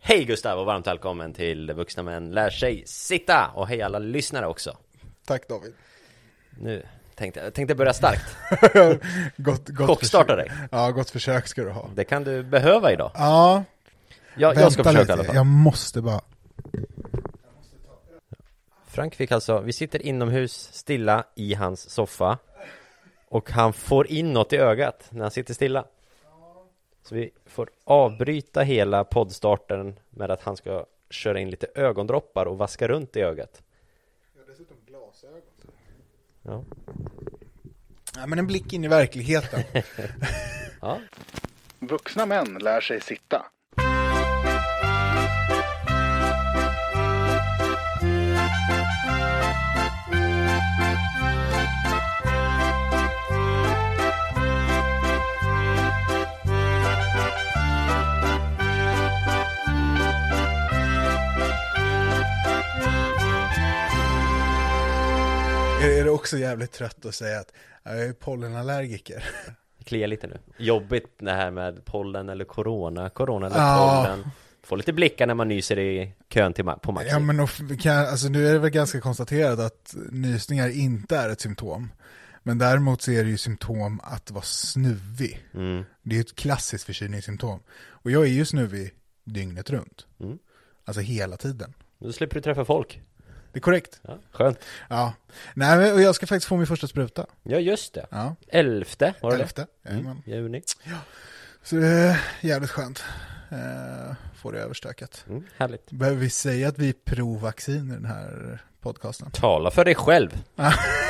Hej Gustav och varmt välkommen till Vuxna Män Lär Sig Sitta och hej alla lyssnare också. Tack David. Nu tänkte jag tänkte börja starkt. Gott, gott Chockstarta försök. dig. Ja, gott försök ska du ha. Det kan du behöva idag. Ja, Jag, jag ska vänta försöka i lite. alla fall. Jag måste bara. Frank fick alltså, vi sitter inomhus stilla i hans soffa och han får in något i ögat när han sitter stilla. Så vi får avbryta hela poddstarten med att han ska köra in lite ögondroppar och vaska runt i ögat. Ja, Ja, men en blick in i verkligheten. ja. Vuxna män lär sig sitta. jag är också jävligt trött att säga att ja, jag är pollenallergiker. Det kliar lite nu. Jobbigt det här med pollen eller corona, corona eller Ja. pollen. Får lite blickar när man nyser i kön till ma- på Maxi. Ja, men och, kan, alltså, nu är det väl ganska konstaterat att nysningar inte är ett symptom. Men däremot så är det ju symptom att vara snuvig. Mm. Det är ju ett klassiskt förkylningssymptom. Och jag är ju snuvig dygnet runt. Alltså hela tiden. Nu slipper du träffa folk. Det är korrekt. Ja, skönt. Ja. Nej, men, och jag ska faktiskt få min första spruta. Ja, just det. Ja. Elfte, var det det? Elfte. Mm. Juni. Så det är jävligt skönt. Eh, får det överstökat. Mm, härligt. Behöver vi säga att vi är provaccin i den här podcasten? Tala för dig själv.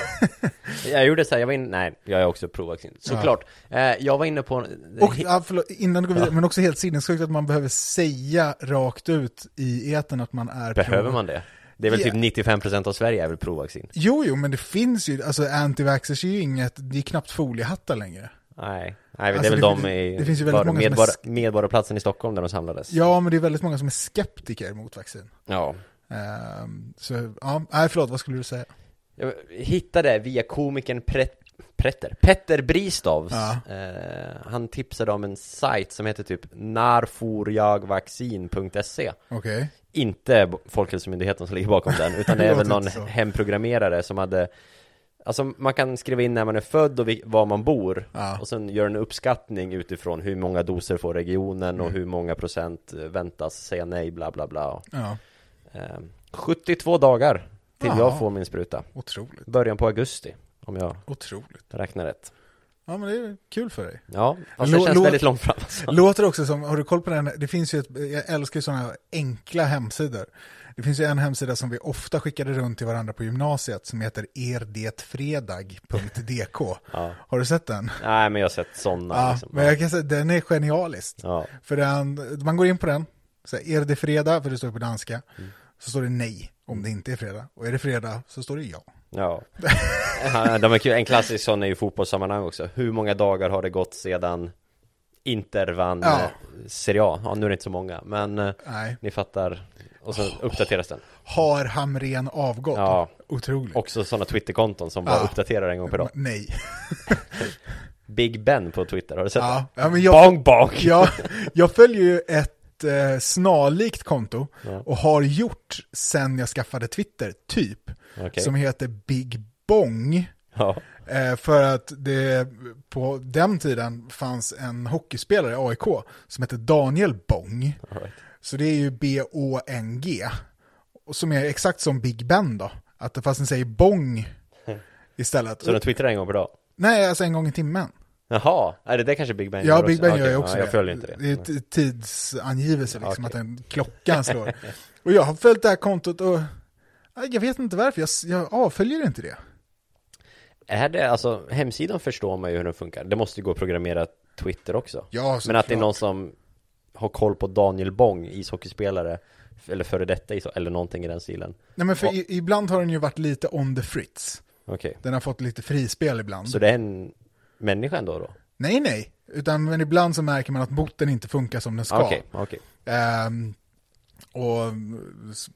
jag gjorde så här, jag var inne, nej, jag är också provaccin. Såklart. Eh, jag var inne på, en- Och ja, förlåt, innan du går vidare, men också helt sinnessjukt att man behöver säga rakt ut i etern att man är behöver prov- man det? Det är väl Ja. typ 95% av Sverige är väl provaccin? Jo, jo, men det finns ju, alltså antivaxxers är ju inget, det är knappt foliehattar längre. Nej, nej Alltså, det är väl det de fin- i det finns ju väldigt var- många som är medborg- sk- Medborgarplatsen i Stockholm där de samlades. Ja, men det är väldigt många som är skeptiker mot vaccin. ja. Eh, så, ja, nej förlåt, vad skulle du säga? Jag hittade via komikern Pret- Pretter, Petter Bristavs, Ja. eh, han tipsade om en sajt som heter typ narforjagvaccin.se Okej. Inte b- Folkhälsomyndigheten som ligger bakom den, utan det är Det väl låter någon inte så. hemprogrammerare som hade Alltså man kan skriva in när man är född och vi- var man bor Ja. och sen gör en uppskattning utifrån hur många doser får regionen Mm. och hur många procent eh, väntas säga nej bla bla bla och, Ja, eh, 72 dagar till jag Jaha. får min spruta otroligt. början på augusti, om jag Otroligt. räknar rätt. Ja, men det är kul för dig. Ja, alltså det Lå- känns låt- väldigt långt fram. alltså. Låter också som, har du koll på den, det finns ju ett, jag älskar ju sådana enkla hemsidor. Det finns ju en hemsida som vi ofta skickade runt till varandra på gymnasiet som heter erdetfredag.dk. Har du sett den? Nej, men jag har sett sådana Ja, liksom. men jag kan säga, den är genialisk. Ja. För den, man går in på den, så här, är det fredag, för det står på danska, Mm. så står det nej om det inte är fredag. Och är det fredag så står det ja. Ja. Ja, De är kul. En klassisk sån är ju fotbollssammanhang också. Hur många dagar har det gått sedan Inter vann Ja. eh, Serie A? Ja, nu är det inte så många, men eh, Nej. ni fattar. Och så uppdateras den. Har Hamren avgått? Ja. Otroligt. Också sådana Twitterkonton som bara Ja. uppdaterar en gång per dag. Nej. Big Ben på Twitter, har du sett Ja, det? ja, men jag- Bang, bang! jag, jag följer ju ett eh, snarlikt konto och har gjort sen jag skaffade Twitter, typ, Okej. som heter Big Bong. Ja. Eh, för att det på den tiden fanns en hockeyspelare i AIK som hette Daniel Bong. All right. Så det är ju B-O-N-G. Och som är exakt som Big Ben då. Att det fast den säger Bong istället. Så de twittrar en gång per dag? Nej, alltså en gång i timmen. Jaha, är det, det kanske Big Ben Ja, gör Big Ben Okej, gör jag också ja, det. Jag följer inte Mm. Det är ett- ett tidsangivelse, liksom, Okej. att en klockan slår. och jag har följt det här kontot och Nej, jag vet inte varför, jag, s- jag avföljer inte det. Är det, alltså hemsidan förstår man ju hur den funkar. Det måste ju gå att programmera Twitter också. Ja, Men att det är någon som har koll på Daniel Bong, ishockeyspelare, f- eller före detta isho- eller någonting i den stilen. Nej, men för i, ibland har den ju varit lite on the fritz. Okej, Den har fått lite frispel ibland. så det är en människa ändå då? Nej, nej. Utan, men ibland så märker man att botten inte funkar som den ska. Okej, okej. Ehm, och Ehm, s-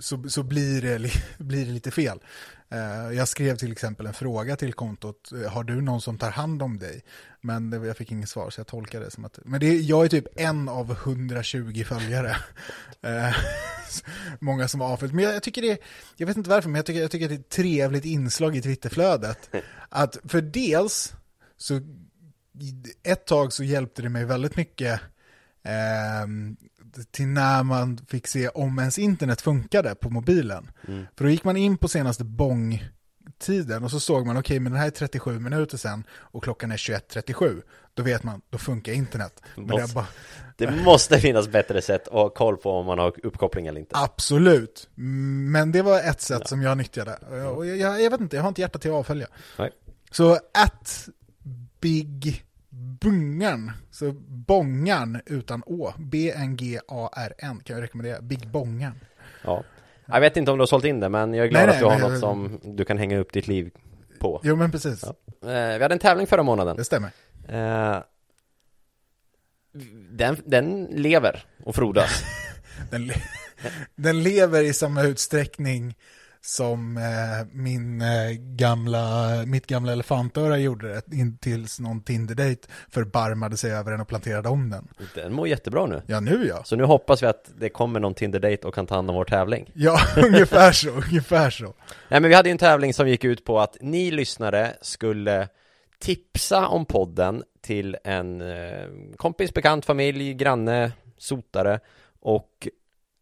så, så blir, det, li- blir det lite fel. Eh, Jag skrev till exempel en fråga till kontot, eh, har du någon som tar hand om dig? Men det, jag fick inget svar, så jag tolkar det som att... Men det, jag är typ en av 120 följare. Eh, Många som har avföljt. Men jag, jag tycker det, jag vet inte varför, men jag tycker, jag tycker att det är ett trevligt inslag i Twitterflödet. Att för dels, så ett tag så hjälpte det mig väldigt mycket ehm, till när man fick se om ens internet funkade på mobilen. För då gick man in på senaste bong tiden och så såg man, okej, men den här är 37 minuter sen och klockan är 21.37. Då vet man, då funkar internet. Men det är bara, Det måste finnas bättre sätt att ha koll på om man har uppkoppling eller inte. absolut. Men det var ett sätt som jag nyttjade. Och jag, jag, jag vet inte, jag har inte hjärta till att avfölja. Nej. Så att Big Bungan, så Bångan utan Å, B-N-G-A-R-N kan jag rekommendera, Big Bångan. Ja. Jag vet inte om du har sålt in det, men jag är glad Nej, nej, att du har men- något som du kan hänga upp ditt liv på. Jo men precis, Ja. Eh, Vi hade en tävling förra månaden. det stämmer. Eh, Den, den lever och frodas. Den, le- den lever i samma utsträckning som eh, min, eh, gamla, mitt gamla elefantöra gjorde det, in, tills någon Tinder-date förbarmade sig över den och planterade om den. Den mår jättebra nu. Ja, nu ja. Så nu hoppas vi att det kommer någon Tinder-date och kan ta hand om vår tävling. Ja, ungefär så, ungefär så. Nej men vi hade ju en tävling som gick ut på att ni lyssnare skulle tipsa om podden till en eh, kompis, bekant, familj, granne, sotare och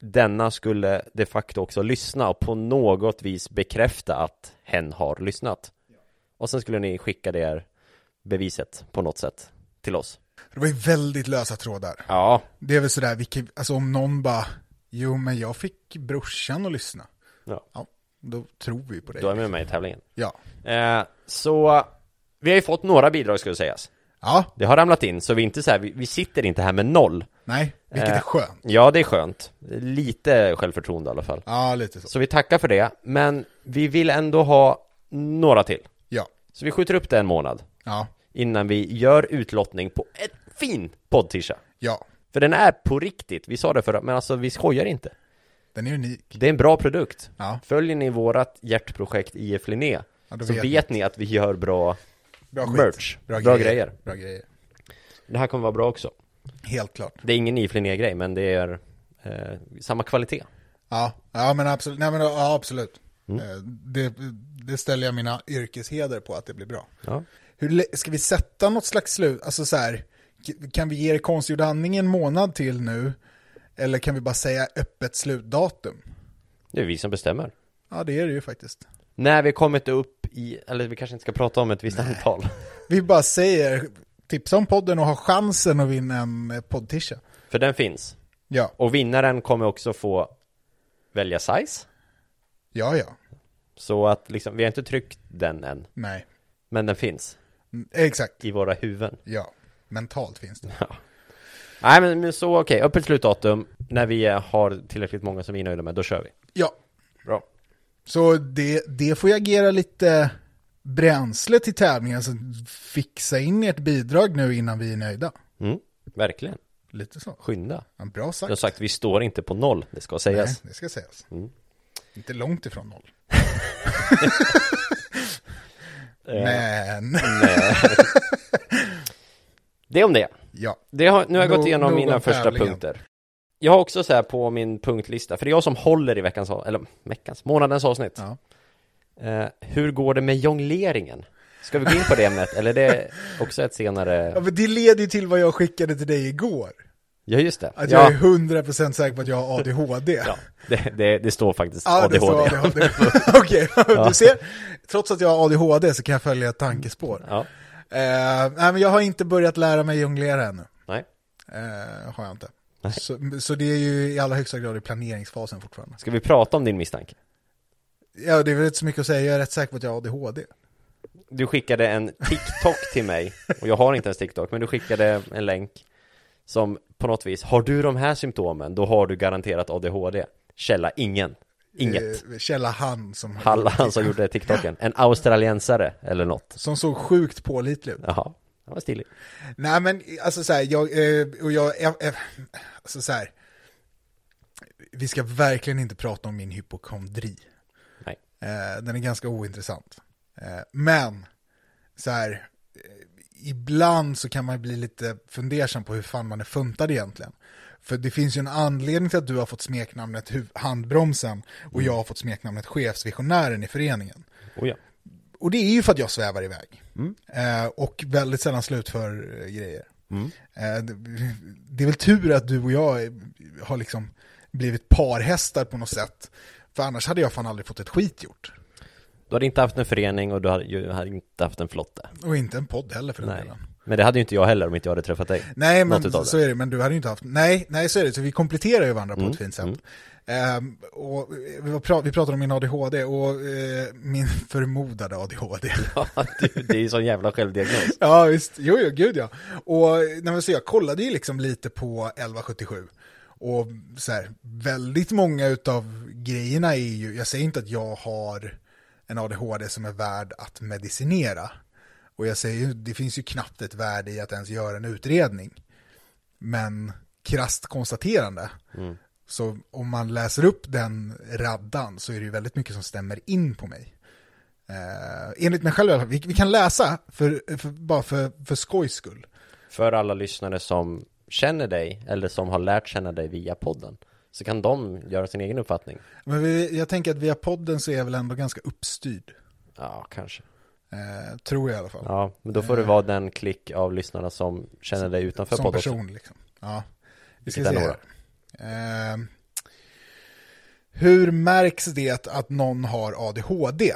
denna skulle de facto också lyssna och på något vis bekräfta att hen har lyssnat. Och sen skulle ni skicka det här beviset på något sätt till oss. Det var ju väldigt lösa trådar. Ja, Det är väl sådär, vilket, alltså om någon bara, jo men jag fick brorsan att lyssna. Ja. då tror vi på dig. då är vi med i tävlingen. Ja. Eh, så vi har ju fått några bidrag skulle sägas. ja, Det har ramlat in, så vi är inte så här, vi, vi sitter inte här med noll. nej, vilket Eh. är skönt. Ja, det är skönt. Lite självförtroende i alla fall. Ja, lite så. Så vi tackar för det, men vi vill ändå ha några till. Ja, Så vi skjuter upp det en månad ja, innan vi gör utlottning på en fin poddtisha. ja. För den är på riktigt, vi sa det förra, men alltså vi skojar inte. Den är unik. Det är en bra produkt. Ja. Följer ni vårat hjärtprojekt IF Linné Ja, då så vet vet, ni att vi gör bra, Bra skit. merch, bra, grejer. Bra grejer. Det här kommer vara bra också. Helt klart. Det är ingen IF Linné-grej, men det är eh, samma kvalitet. Ja, ja men absolut. Nej, men, ja, absolut. Mm. Eh, Det, det ställer jag mina yrkesheder på att det blir bra. Ja. Hur, lä- ska vi sätta något slags slut? Alltså så här, k- kan vi ge er konstgjord andning en månad till nu? Eller kan vi bara säga öppet slutdatum? Det är vi som bestämmer. Ja, det är det ju faktiskt. När vi kommit upp i, eller vi kanske inte ska prata om ett visst antal. Vi bara säger, tipsa om podden och ha chansen att vinna en eh, poddtisha. För den finns. Ja, Och vinnaren kommer också få välja size. ja, ja. Så att liksom, vi har inte tryckt den än. Nej, Men den finns Mm, exakt. i våra huvuden. Ja, mentalt finns det. Nej men, men så okej, öppet slutdatum. När vi eh, har tillräckligt många som vi är nöjda med, då kör vi. Ja, Bra. så det, det får ju agera lite bränsle till tävlingen. Så fixa in ert bidrag nu innan vi är nöjda. Mm, verkligen. Lite så. Skynda. Ja, Som bra sagt. sagt, vi står inte på noll, det ska sägas. Nej, det ska sägas. Inte långt ifrån noll. Eh. Eh, Men, Det är om det. ja. det har, nu har jag Nog- gått igenom nog mina om första tävlingen. punkter. Jag har också så här på min punktlista, för det är jag som håller i veckans, av- eller veckans, månadens avsnitt. ja. Eh, hur går det med jongleringen? Ska vi gå in på det ämnet? Eller det är också ett Ja, senare... men det leder ju till vad jag skickade till dig igår. Ja, just det. Att Ja, jag är 100% säker på att jag har ADHD. ja. Det, det, det står faktiskt Ja, det ADHD. står ADHD. Okej, du ser. Trots att jag har ADHD så kan jag följa ett tankespår. Ja, Eh, nej, men jag har inte börjat lära mig jonglera ännu. nej. Eh, har jag inte. Så, så det är ju i allra högsta grad i planeringsfasen fortfarande. Ska vi prata om din misstanke? Ja, det är väl inte så mycket att säga. Jag är rätt säker på att jag har ADHD. Du skickade en TikTok till mig, och jag har inte ens TikTok, men du skickade en länk som på något vis, har du de här symptomen, då har du garanterat ADHD. Källa ingen. Inget. Eh, Källa Han som, Halla han som gjorde TikToken. En australiensare eller något. som såg sjukt pålitlig ut. Jaha, han var stilig. Nej men alltså så här, jag, eh, och jag, eh, eh, alltså så här, vi ska verkligen inte prata om min hypokondri. Nej. Eh, den är ganska ointressant. Eh, men, så här, eh, ibland så kan man bli lite fundersam på hur fan man är funtad egentligen. För det finns ju en anledning till att du har fått smeknamnet huv- handbromsen och jag har fått smeknamnet chefsvisionären i föreningen. Oh, ja. Och det är ju för att jag svävar iväg. Mm. Eh, och väldigt sällan slutför eh, grejer. Mm. Eh, det, det är väl tur att du och jag är- har liksom blivit parhästar på något sätt. För annars hade jag fan aldrig fått ett skit gjort. Du hade inte haft en förening och du hade, ju- hade inte haft en flotte. Och inte en podd heller för den Nej. delen. Men det hade ju inte jag heller om inte jag hade träffat dig. Nej, men Något utav så det. Mm, är det. Men du hade ju inte haft... Nej, nej, så är det. Så vi kompletterar ju varandra på ett fint sätt. Ehm, och vi, var pra- vi pratade om min ADHD och eh, min förmodade ADHD. Ja, du, det är ju sån jävla självdiagnos. Ja, visst. Jo, jo, gud ja. Och nej, men så jag kollade ju liksom lite på 1177. Och så här, väldigt många av grejerna är ju, jag säger inte att jag har en ADHD som är värd att medicinera. Och jag säger ju, det finns ju knappt ett värde i att ens göra en utredning. Men krasst konstaterande, så om man läser upp den raddan så är det ju väldigt mycket som stämmer in på mig. Eh, enligt mig själv i alla fall. vi, vi kan läsa, för, för, bara för, för skojs skull. För alla lyssnare som känner dig eller som har lärt känna dig via podden så kan de göra sin egen uppfattning. Men vi, jag tänker att via podden så är jag väl ändå ganska uppstyrd. Ja, kanske. Eh, tror jag i alla fall. Ja, men då får det vara den klick av lyssnarna som känner dig utanför Som podden. också. person liksom. Ja. Vi ska Vilket se är här. Eh, hur märks det att någon har ADHD?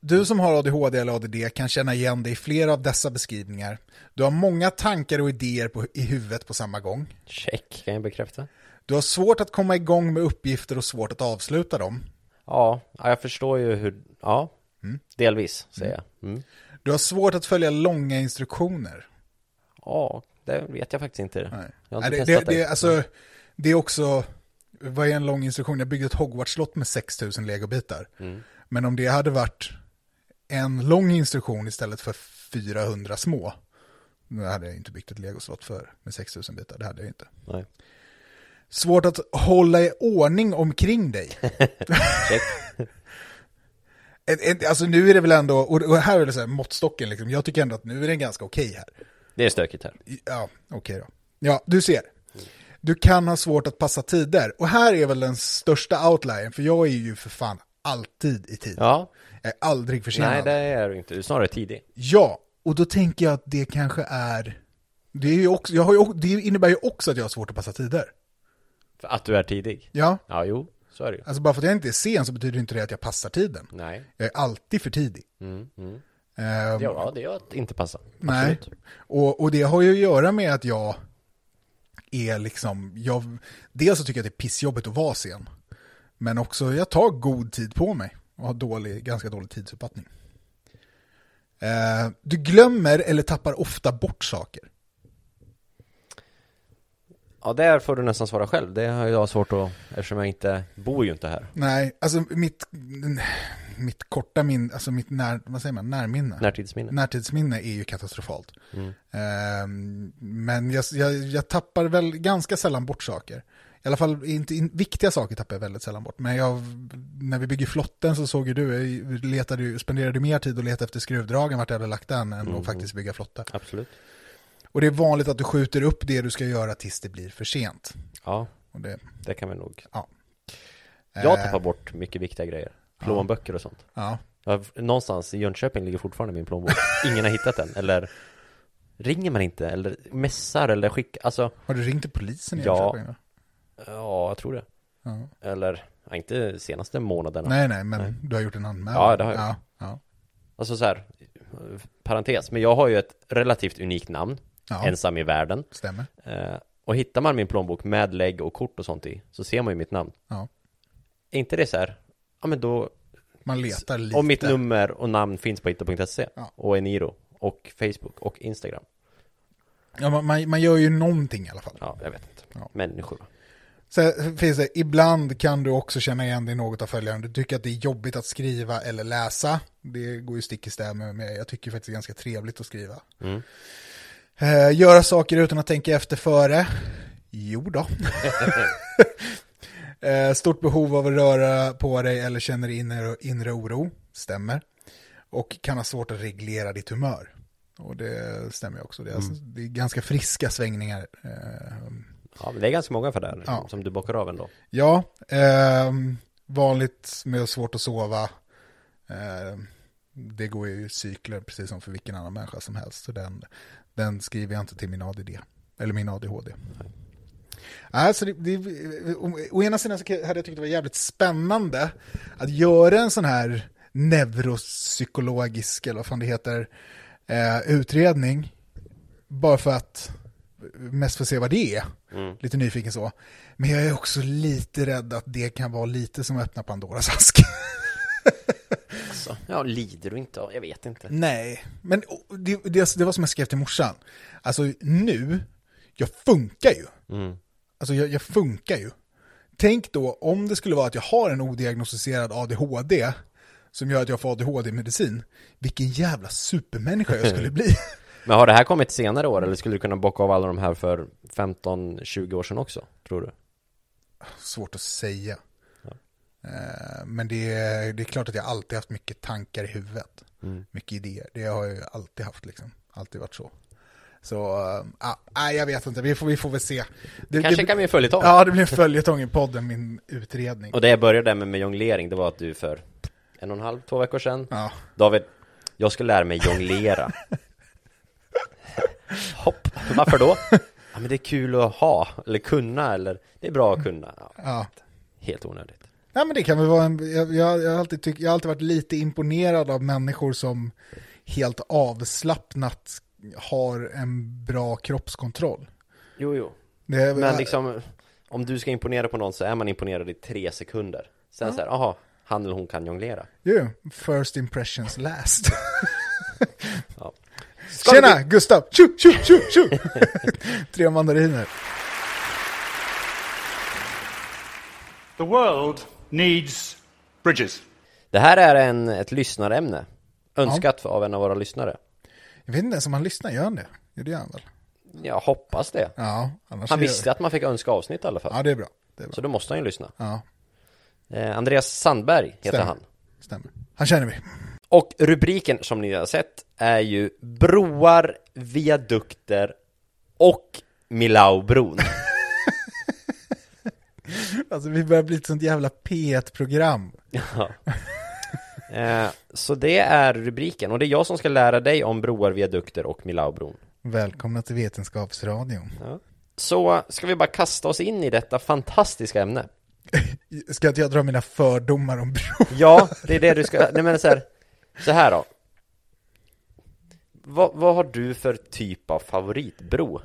Du som har ADHD eller ADD kan känna igen dig i flera av dessa beskrivningar. Du har många tankar och idéer på, i huvudet på samma gång. Check, kan jag bekräfta. Du har svårt att komma igång med uppgifter och svårt att avsluta dem. Ja, ja, jag förstår ju hur, ja, Mm. delvis säger jag. Mm. Du har svårt att följa långa instruktioner. Ja, det vet jag faktiskt inte. Nej. Jag har inte Nej, det, testat det, det, dig. är alltså, det är också, vad är en lång instruktion? Jag byggde ett Hogwarts-slott med 6000 legobitar. Mm. Men om det hade varit en lång instruktion istället för 400 små, då hade jag inte byggt ett legoslott för med 6000 bitar. Det hade jag inte. Nej. Svårt att hålla i ordning omkring dig. Ett- ett- alltså nu är det väl ändå, och och här är det så här, måttstocken liksom. Jag tycker ändå att nu är den ganska okej här. Det är stökigt här. Ja, okej då. Ja, du ser. Mm. Du kan ha svårt att passa tider. Och här är väl den största outliern, för jag är ju för fan alltid i tid. Ja, Jag är aldrig försenad. nej det är du inte. Du är snarare tidig. Ja, och då tänker jag att det kanske är... Det, är ju också, jag har ju, det innebär ju också att jag har svårt att passa tider. För att du är tidig. Ja, Ja, jo, så är det ju. alltså bara för att jag inte är sen så betyder inte det att jag passar tiden. Nej, Mm. Jag är alltid för tidig. Ehm, ja, det gör att inte passa. Nej, Absolut. och, och det har ju att göra med att jag är liksom, jag, dels så tycker jag att det är pissjobbigt att vara sen, men också jag tar god tid på mig och har dålig, ganska dålig tidsuppfattning. Eh, du glömmer eller tappar ofta bort saker. Ja, där får du nästan svara själv. Det har jag svårt att, eftersom jag inte, bor ju inte här. Nej, alltså mitt, mitt korta min, alltså mitt när, vad säger man, närminne. Närtidsminne. Närtidsminne är ju katastrofalt. Mm. Ehm, men jag, jag, jag tappar väl ganska sällan bort saker. I alla fall inte, in, viktiga saker tappar jag väldigt sällan bort. Men jag, när vi bygger flotten så såg ju du, jag letade, ju- spenderade mer tid att leta efter skruvdragen vart jag hade lagt den än Mm. att faktiskt bygga flotte. Absolut. Och det är vanligt att du skjuter upp det du ska göra tills det blir för sent. Ja, Och det, det kan vi nog. ja. Jag Eh, tappar bort mycket viktiga grejer. Plånböcker och sånt. Ja, Ja, någonstans i Jönköping ligger fortfarande min plånbok. Ingen har hittat den. Eller ringer man inte? Eller messar? Eller skickar? Alltså, har du ringt till polisen i Ja. Jönköping? då? ja, jag tror det. Ja. Eller, ja, inte senaste månaderna. Nej, nej, men du har gjort en anmälan. Ja, det har jag. Ja, ja. Alltså så här, eh, parentes, men jag har ju ett relativt unikt namn, Ja. ensam i världen. Stämmer. Eh, och hittar man min plånbok med lägg och kort och sånt i, så ser man ju mitt namn. Ja. Är inte det så här, ja men då, Man letar lite. om mitt nummer och namn finns på hitta.se Ja. och Eniro och Facebook och Instagram. Ja, man, man, man gör ju någonting i alla fall. Ja, jag vet inte. Ja. Människor. Sen finns det, ibland kan du också känna igen dig i något av följande. Du tycker att det är jobbigt att skriva eller läsa. Det går ju stick i stäv med mig. Jag tycker faktiskt det är ganska Mm. trevligt att skriva. Eh, göra saker utan att tänka efter före. Jo då. Eh, Stort behov av att röra på dig eller känner inre, inre oro. Stämmer. Och kan ha svårt att reglera ditt humör. Och det stämmer ju också. Det är, alltså, det är ganska friska svängningar. Eh, Ja, men det är ganska många för det här, liksom, Ja. som du bockar av ändå. ja, ehm, vanligt med svårt att sova. Eh, det går ju i cykler precis som för vilken annan människa som helst. Så den, den skriver jag inte till min ADD. Eller min ADHD. Alltså det, det, å, å ena sidan så hade jag tyckt det var jävligt spännande att göra en sån här neuropsykologisk, eller vad fan det heter, eh, utredning. Bara för att, mest för att se vad det är. Lite nyfiken så. Men jag är också lite rädd att det kan vara lite som att öppna Pandoras ask. Så, Alltså, ja, lider du inte av? Jag vet Mm. inte. Nej, men det, det, det var som jag skrev till morsan. Alltså nu, jag funkar ju. Alltså jag, jag funkar ju. Tänk då om det skulle vara att jag har en odiagnostiserad ADHD som gör att jag får ADHD-medicin. Vilken jävla supermänniska jag skulle bli. Men har det här kommit senare år eller skulle du kunna bocka av alla de här för 15-20 år sedan också? Tror du? Svårt att säga. Eh, Men det, är- det är klart att jag alltid haft mycket tankar i huvudet. Mm. Mycket idéer. Det har jag ju alltid haft liksom. Alltid varit så. Så, eh, ah, nej, jag vet inte. Vi får, vi får väl se. Det, Kanske det, kan vi följa tag. Ja, det blir en följetong i podden, min utredning. Och det jag började med, med jonglering, det var att du för en och en halv, två veckor sedan Ja. David, jag ska lära mig jonglera Hopp, varför då? Ja men det är kul att ha, eller kunna, eller det är bra att kunna ja, Ja. Helt onödigt Nej, men det kan väl vara en, jag, jag, jag, har alltid tyck, jag har alltid varit lite imponerad av människor som helt avslappnat har en bra kroppskontroll. Jo jo, Det, men liksom om du ska imponera på någon så är man imponerad i tre sekunder Sen så här, aha, han eller hon kan jonglera Jo, first impressions last. ja. Ska Tjena, vi- Gustav! Tjo, tjo, tjo, tjo! Tre mandariner. The world needs bridges. Det här är en, ett lyssnarämne Önskat av en av våra lyssnare Jag vet inte ens om han lyssnar, gör han det? Jo, det gör han väl? Jag hoppas det Ja, annars... Han är- visste att man fick önska avsnitt i alla fall Ja, det är bra. Det är bra. Så då måste han ju lyssna Ja, Eh, Andreas Sandberg heter Stämmer. han. stämmer. Han känner vi. Och rubriken som ni har sett är ju Broar, viadukter och Milaubron. Alltså, vi börjar bli ett sånt jävla P1-program. Ja. Eh, Så det är rubriken och det är jag som ska lära dig om broar, viadukter och Milaubron. Välkomna till Vetenskapsradion. Ja. Så ska vi bara kasta oss in i detta fantastiska ämne. Ska inte jag dra mina fördomar om bro? Ja, det är det du ska, nej men så här, så här då. Vad, vad har du för typ av favoritbro?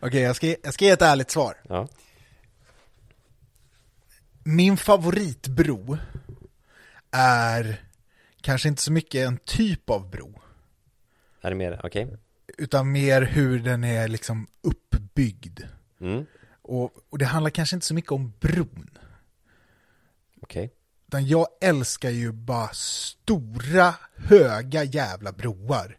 Okej, jag, ska, jag ska ge ett ärligt svar. Ja. Min favoritbro är kanske inte så mycket en typ av bro, Är det mer, okej? utan mer hur den är liksom uppbyggd. Mm, Och, och det handlar kanske inte så mycket om bron, okej. utan jag älskar ju bara stora, höga jävla broar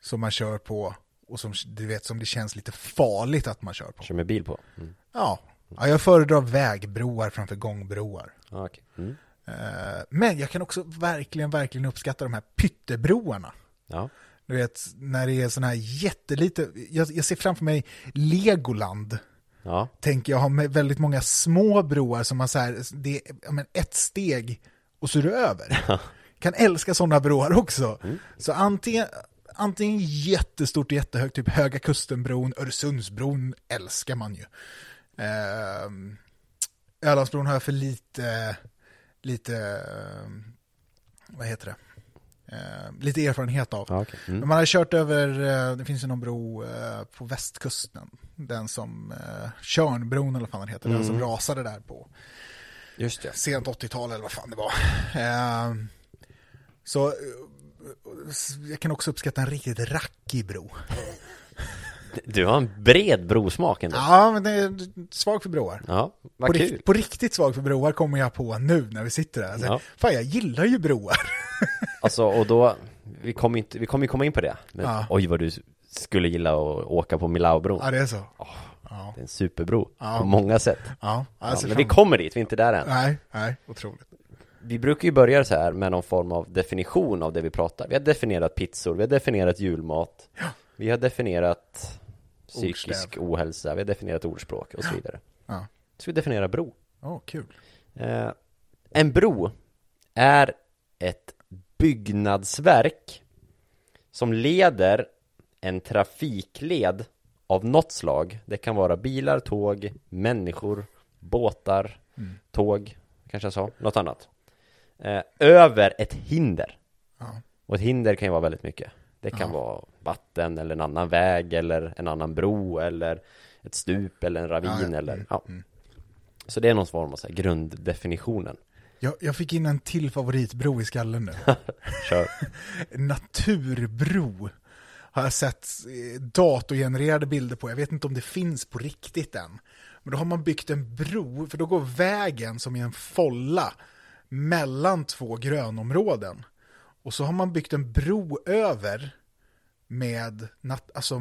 som man kör på och som, du vet, som det känns lite farligt att man kör på. Kör med bil på? Mm. Ja, ja jag föredrar vägbroar framför gångbroar. Ah, okej. Mm. Eh, Men jag kan också verkligen, verkligen uppskatta de här pyttebroarna. Ja. Du vet, när det är sådana här jättelite, jag, jag ser framför mig Legoland, Ja. tänker jag, har med väldigt många små broar som man så här, det är ja, men ett steg och så är du över. kan älska sådana broar också. Så antingen, antingen jättestort, jättehögt, typ Höga Kustenbron, Öresundsbron älskar man ju. Ehm, Ölandsbron har jag för lite, lite, ehm, vad heter det? Ehm, lite erfarenhet av. Ja, okej. Mm. Men Man har kört över, eh, det finns ju någon bro eh, på västkusten. Den som, eh, Tjörnbron eller vad fan den heter, den som Mm. rasade där på Just det. sent 80-tal eller vad fan det var. Eh, Så eh, s- jag kan också uppskatta en riktigt rackig bro. Du har en bred brosmak ändå. Ja, men det är svag för broar. Ja, På, vad kul. rikt, på riktigt svag för broar kommer jag på nu när vi sitter där. Alltså, Ja. Fan, jag gillar ju broar. Alltså, och då, vi kommer ju inte, vi kommer ju komma in på det. Men, Ja. Oj, vad du skulle gilla att åka på Milaubron. Ja, det är så. Det är en superbro Ja. på många sätt. Ja, Ja, alltså, men vi kommer dit, vi är inte där än. Nej, nej, otroligt. Vi brukar ju börja så här med någon form av definition av det vi pratar. Vi har definierat pizzor, vi har definierat julmat, vi har definierat psykisk Ordstäv. ohälsa, vi har definierat ordspråk och så vidare. Ja. Så vi definierar bro. Åh, kul. Eh, en bro är ett byggnadsverk som leder en trafikled av något slag. Det kan vara bilar, tåg, människor, båtar, Mm. tåg, kanske jag sa, något annat. Eh, över ett hinder. Ja. Och ett hinder kan ju vara väldigt mycket. Det kan vara vatten eller en annan väg eller en annan bro eller ett stup eller en ravin Ja, Mm. ja. eller ja. Så det är någon form av så här grunddefinitionen. Jag, jag fick in en till favoritbro i skallen nu. Kör. naturbro har jag sett eh, datorgenererade bilder på. Jag vet inte om det finns på riktigt än. Men då har man byggt en bro, för då går vägen som i en folla mellan två grönområden. Och så har man byggt en bro över med, nat- alltså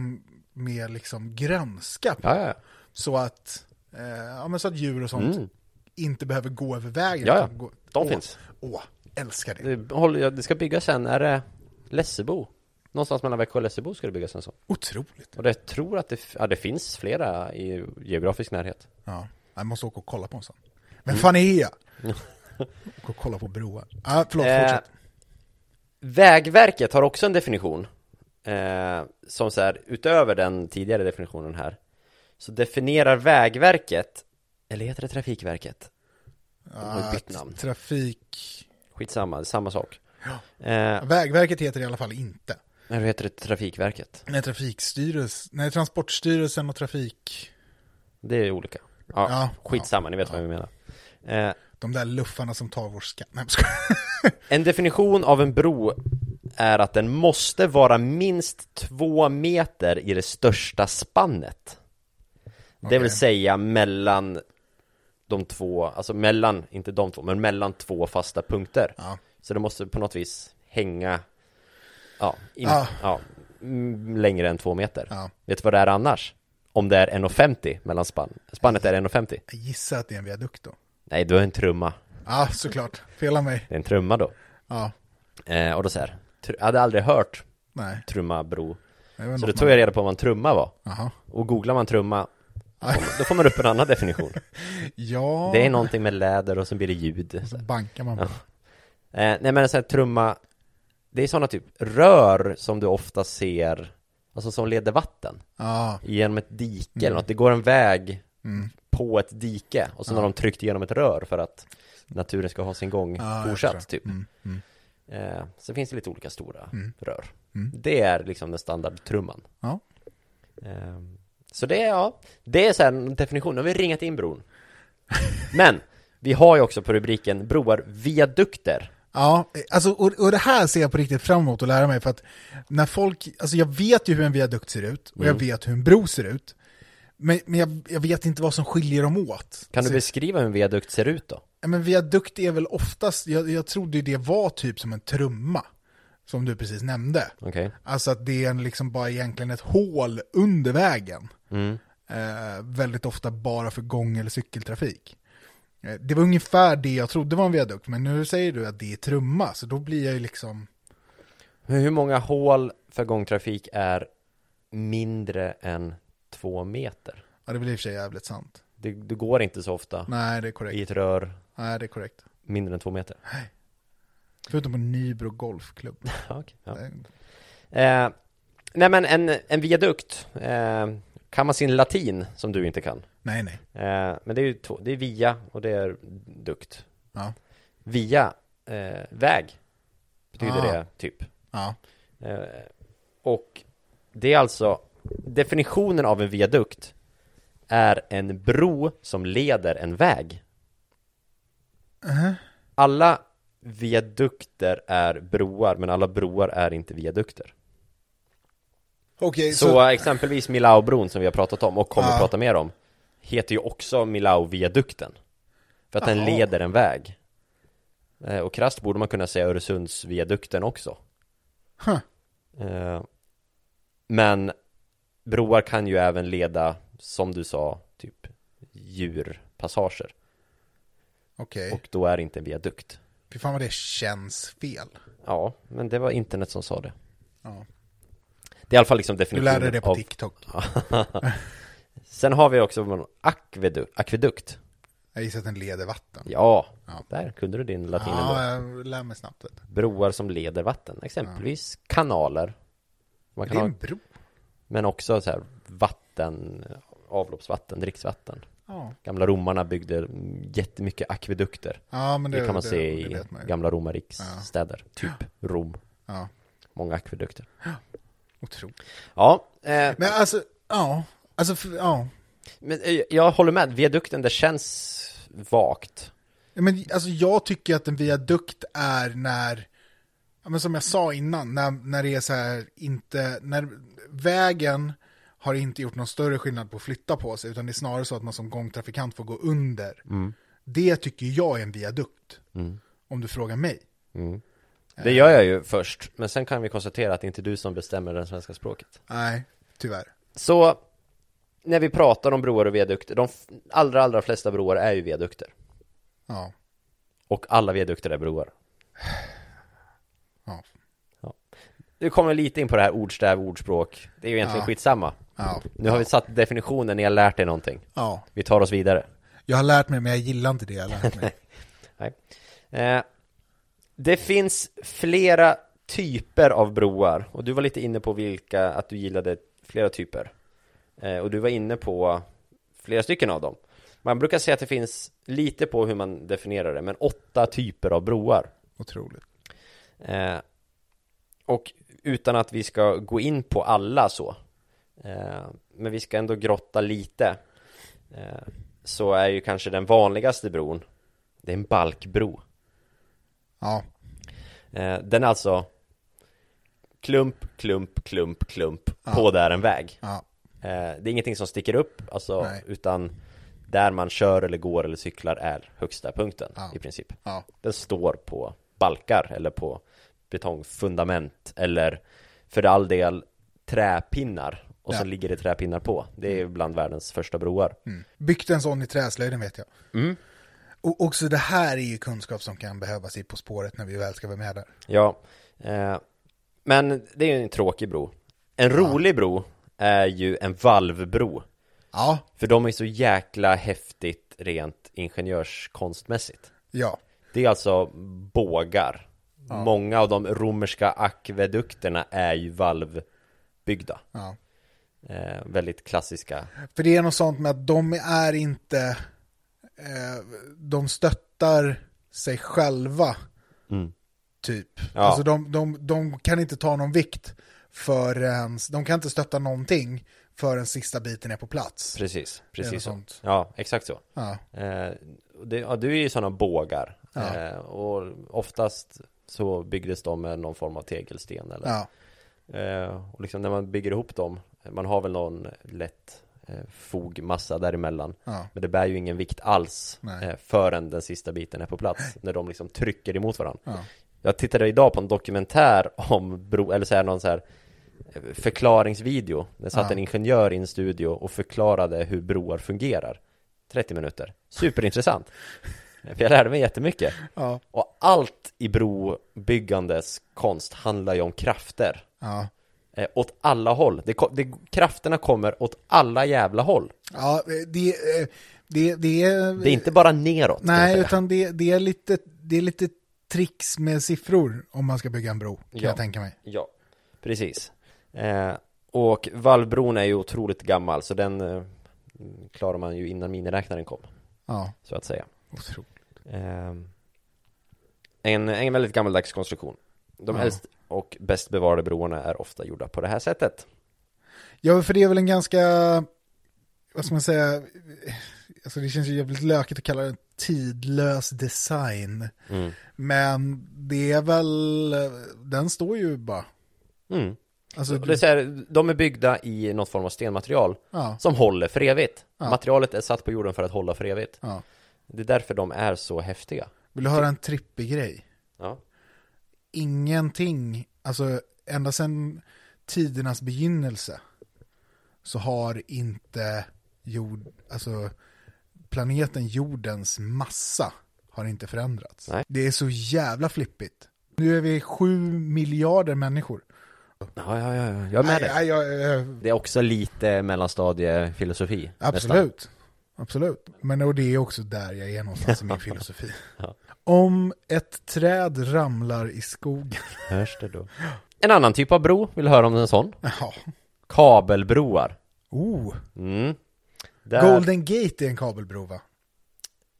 med liksom grönska på. Ja, ja, ja. Så, att, eh, ja, men så att djur och sånt inte behöver gå över Mm. vägen. Ja, ja. utan gå- De Åh, finns. Åh, älskar det. Det, håller, jag- det ska byggas en, är det Lessebo? Någonstans mellan Växjö och Lessebo ska det byggas en sån. Otroligt. Och det tror att det, f- ja, det finns flera i geografisk närhet. Ja, jag måste åka och kolla på en sån. Mm. Vem fan är jag? Åka och kolla på broar. Ah, förlåt, Eh, fortsätt. Vägverket har också en definition eh, som så här, utöver den tidigare definitionen här så definierar Vägverket, eller heter det Trafikverket? De har ju Ah, bytt namn. Trafik... Skitsamma, det är samma sak. Eh, Vägverket heter det i alla fall inte. men hur heter det Trafikverket? Nej, Trafikstyrelsen... Nej, Transportstyrelsen och Trafik... Det är olika. Ja, Ja, skitsamma, ni vet vad jag menar. Eh, De där luffarna som tar vår skatt. Nej, jag skojar. En definition av en bro är att den måste vara minst två meter i det största spannet. Det vill säga mellan de två, alltså mellan, inte de två, men mellan två fasta punkter. Ja. Så det måste på något vis hänga, ja, in, Ah. ja mm, längre än två meter. Ja. Vet du vad det är annars? Om det är 1,50 mellan spann, spannet är 1,50. Jag gissar att det är en viadukt då. Nej, då är det en trumma. Ja, såklart. Fela mig. Det är en trumma då. Ja, Eh, och då så här, tr- jag hade aldrig hört nej. trumma bro. Det var Så något då tog jag reda på vad en trumma var. man- Jaha. Och googlar man trumma, då får- då får man upp en annan definition. Ja, Det är någonting med läder och så blir det ljud. så bankar man på. Eh, nej men så här, trumma, det är sådana typ rör som du ofta ser, alltså som leder vatten Ja, genom ett dike Mm. eller något. Det går en väg på ett dike och sen har de tryckt igenom ett rör för att naturen ska ha sin gång Ja, jag fortsatt förstår. Mm, typ. Eh, sen finns det lite olika stora rör. Mm. Det är liksom den standardtrumman. ja. Ehm, Så det är, ja, det är så här en definition, nu har vi ringat in bron Men, vi har ju också på rubriken broar viadukter Ja, alltså, och, och det här ser jag på riktigt fram emot att lära mig för att när folk, alltså jag vet ju hur en viadukt ser ut och jag vet hur en bro ser ut. Men, men jag, jag vet inte vad som skiljer dem åt. Kan du Så- beskriva hur en viadukt ser ut då? Ja, men viadukt är väl oftast, jag, jag trodde ju det var typ som en trumma, som du precis nämnde. Okej, Alltså att det är en, liksom bara egentligen ett hål under vägen. Eh, väldigt ofta bara för gång eller cykeltrafik. Eh, det var ungefär det jag trodde var en viadukt, men nu säger du att det är trumma, så då blir jag ju liksom Men Hur många hål för gångtrafik är mindre än två meter? Ja, det blir i och för sig jävligt sant. Det, det går inte så ofta Nej, det är korrekt. i ett rör Nej, det är korrekt. mindre än två meter Förutom på Nybro Golfklubb. Ja, okej, ja. Nej. Eh, Nej men en, en viadukt, eh, kan man sin latin som du inte kan? nej, nej. Eh, men det är ju två, det är via och det är dukt Ja. via eh, väg betyder Ah. det typ. Ja. Eh, och det är alltså definitionen av en viadukt är en bro som leder en väg. Alla viadukter är broar, men alla broar är inte viadukter. Okej, Så, så... exempelvis Milaubron som vi har pratat om och kommer Ah. prata mer om heter ju också Milau-viadukten. För att den Jaha. leder en väg. Eh, Och krasst borde man kunna säga Öresundsviadukten också. Huh. Eh, Men broar kan ju även leda, som du sa, typ djurpassager. Okej. Och då är det inte en viadukt. Fy fan vad det känns fel. Ja, men det var internet som sa det. Ja. Det är i alla fall liksom Du definitionen lärde dig det på av... TikTok. Sen har vi också akvedukt. akvedukt. Jag gissar att den leder vatten. Ja, Ja. där kunde du din latin ändå. Ja, jag lär mig snabbt. Vet du. Broar som leder vatten, exempelvis kanaler. Man Det kan är ha, en bro. men också så här vatten, avloppsvatten, dricksvatten. Ja, Gamla romarna byggde mm, jättemycket akvedukter. ja men Det, det, kan man det, se det i vet man ju. gamla romarrikets städer, typ Rom. Ja, Många akvedukter. otroligt. Ja, eh, Men alltså, ja. Alltså, för- ja. men eh, jag håller med. Viadukten, det känns vagt. Men alltså jag tycker att en viadukt är när, ja, men som jag sa innan, när, när det är så här, inte, när vägen har inte gjort någon större skillnad på att flytta på sig, utan det är snarare så att man som gångtrafikant får gå under. Det tycker jag är en viadukt, om du frågar mig. Det Eh. gör jag ju först, men sen kan vi konstatera att det inte är du som bestämmer det svenska språket. Nej, tyvärr. Så, när vi pratar om broar och viadukter, de f- allra, allra flesta broar är ju viadukter. Ja, Och alla viadukter är broar. ja, Nu kommer vi lite in på det här ordstäv, ordspråk. Det är ju egentligen Ja. skitsamma. Ja. Nu har vi satt definitionen, ni har lärt er någonting. ja. Vi tar oss vidare. Jag har lärt mig, men jag gillar inte det jag har lärt mig. Nej. Eh, det finns flera typer av broar och du var lite inne på vilka, att du gillade flera typer. Eh, och du var inne på flera stycken av dem. Man brukar säga att det finns lite på hur man definierar det, men åtta typer av broar. Otroligt. Eh, och utan att vi ska gå in på alla så, eh, men vi ska ändå grotta lite, eh, så är ju kanske den vanligaste bron, det är en balkbro. Ja, Eh, den är alltså klump, klump, klump, klump på där en väg. ja, Eh, det är ingenting som sticker upp, alltså, Nej. utan där man kör eller går eller cyklar är högsta punkten Ja. i princip. ja, Den står på balkar eller på betongfundament eller för all del träpinnar och Ja. sen ligger det träpinnar på. Det är bland världens första broar. Mm. Byggt en sån i träslöjden vet jag. Mm. Och också det här är ju kunskap som kan behövas i På spåret när vi väl ska vara med där. Ja, eh, men det är ju en tråkig bro. En rolig bro är ju en valvbro. Ja, För de är så jäkla häftigt rent ingenjörskonstmässigt. ja, Det är alltså bågar. Många av de romerska akvedukterna är ju valvbyggda. ja. Eh, väldigt klassiska. För det är något sånt med att de är inte, eh, de stöttar sig själva, typ. Mm. Ja. Alltså de, de, de kan inte ta någon vikt förrän, de kan inte stötta någonting förrän sista biten är på plats. Precis, något precis så. sånt. Ja, exakt så. Ja, Eh, och det, ja, det är ju sådana bågar. Ja. Eh, och oftast så byggdes de med någon form av tegelsten eller ja, Eh, och liksom när man bygger ihop dem, man har väl någon lätt eh, fogmassa däremellan. Ja. Men det bär ju ingen vikt alls Nej. eh, förrän den sista biten är på plats. När de liksom trycker emot varandra. Ja. Jag tittade idag på en dokumentär om bro, eller så här, någon så här eh, förklaringsvideo. Där satt Ja. en ingenjör i en studio och förklarade hur broar fungerar. 30 minuter. Superintressant. För jag lärde mig jättemycket. ja, Och allt i brobyggandes konst handlar ju om krafter. ja. Eh, åt alla håll. Det, ko- det, krafterna kommer åt alla jävla håll. Ja, det, eh, det, det är... Det är inte bara neråt. kan jag Nej, säga. utan det, det, är lite, det är lite tricks med siffror om man ska bygga en bro, kan Ja. jag tänka mig. Ja, precis. Eh, och vallbron är ju otroligt gammal, så den eh, klarar man ju innan miniräknaren kom, Ja, så att säga. otroligt. Eh, en, en väldigt gammaldags konstruktion. De Ja. äldst och bäst bevarade broarna är ofta gjorda på det här sättet. Ja, för det är väl en ganska, vad ska man säga, alltså det känns ju jävligt lökigt att kalla det en tidlös design. Mm. Men det är väl, den står ju bara. Mm. Alltså, Och det är så här, de är byggda i något form av stenmaterial Ja. som håller för evigt. Materialet är satt på jorden för att hålla för evigt. ja. Det är därför de är så häftiga. Vill du höra en trippig grej? Ja. ingenting, alltså ända sedan tidernas begynnelse så har inte jord, alltså planeten jordens massa har inte förändrats. Nej. Det är så jävla flippigt. Nu är vi sju miljarder människor. Ja, ja, ja, ja. jag är med dig. Nej, jag- jag- Det är också lite mellanstadiefilosofi. nästan. Absolut. Absolut. Men och det är också där jag är någonstans i min filosofi. Om ett träd ramlar i skogen. Hörs det då? En annan typ av bro, vill du höra om en sån? Jaha. Kabelbroar. Oh. Mm. Där... Golden Gate är en kabelbro va?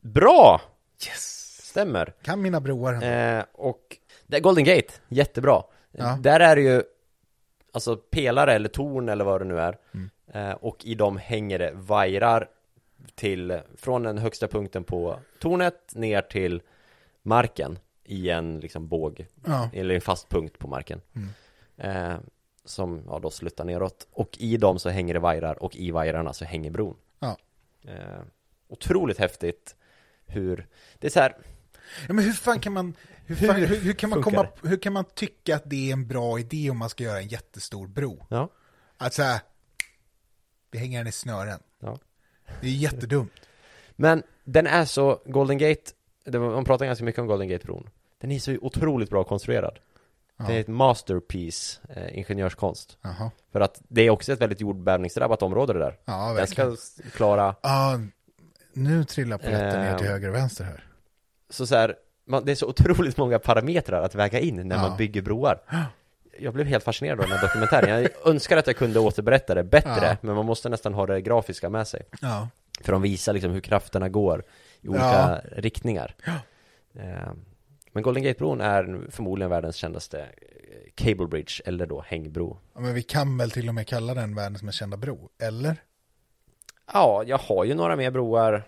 Bra! Yes. Stämmer. Kan mina broar ändå. Eh, och det, Golden Gate, jättebra. Ja. Där är det ju alltså pelare eller torn eller vad det nu är. Mm. Eh, och i dem hänger det vajrar till, från den högsta punkten på tornet ner till marken i en liksom båg, Ja. Mm. eller en fast punkt på marken. Eh, som ja, då slutar neråt. Och i dem så hänger det vajrar och i vajrarna så hänger bron. Ja. Eh, otroligt häftigt hur, det är så här, ja. Men hur fan kan man, hur, fan, hur, hur kan man funkar komma, hur kan man tycka att det är en bra idé om man ska göra en jättestor bro? ja, Att såhär, vi hänger den i snören. ja. Det är jättedumt. Men den är så, Golden Gate, det var, man pratar ganska mycket om Golden Gate-bron Den är så otroligt bra konstruerad Det är ett masterpiece, eh, ingenjörskonst Jaha. För att det är också ett väldigt jordbävningsdrabbat område det där Ja, Den verkligen. ska s- klara, Ja, nu trillar polletten ner till Ehm. höger och vänster här. så, så här, man, det är så otroligt många parametrar att väga in när Ja. man bygger broar Jag blev helt fascinerad av den här dokumentären, jag önskar att jag kunde återberätta det bättre Ja. Men man måste nästan ha det grafiska med sig Ja. För de visar liksom hur krafterna går i olika Ja. riktningar. Eh, Men Golden Gate-bron är förmodligen världens kändaste eh, cable bridge, eller då hängbro. Ja, men vi kan väl till och med kalla den världens mest kända bro, eller? Ja, jag har ju några mer broar.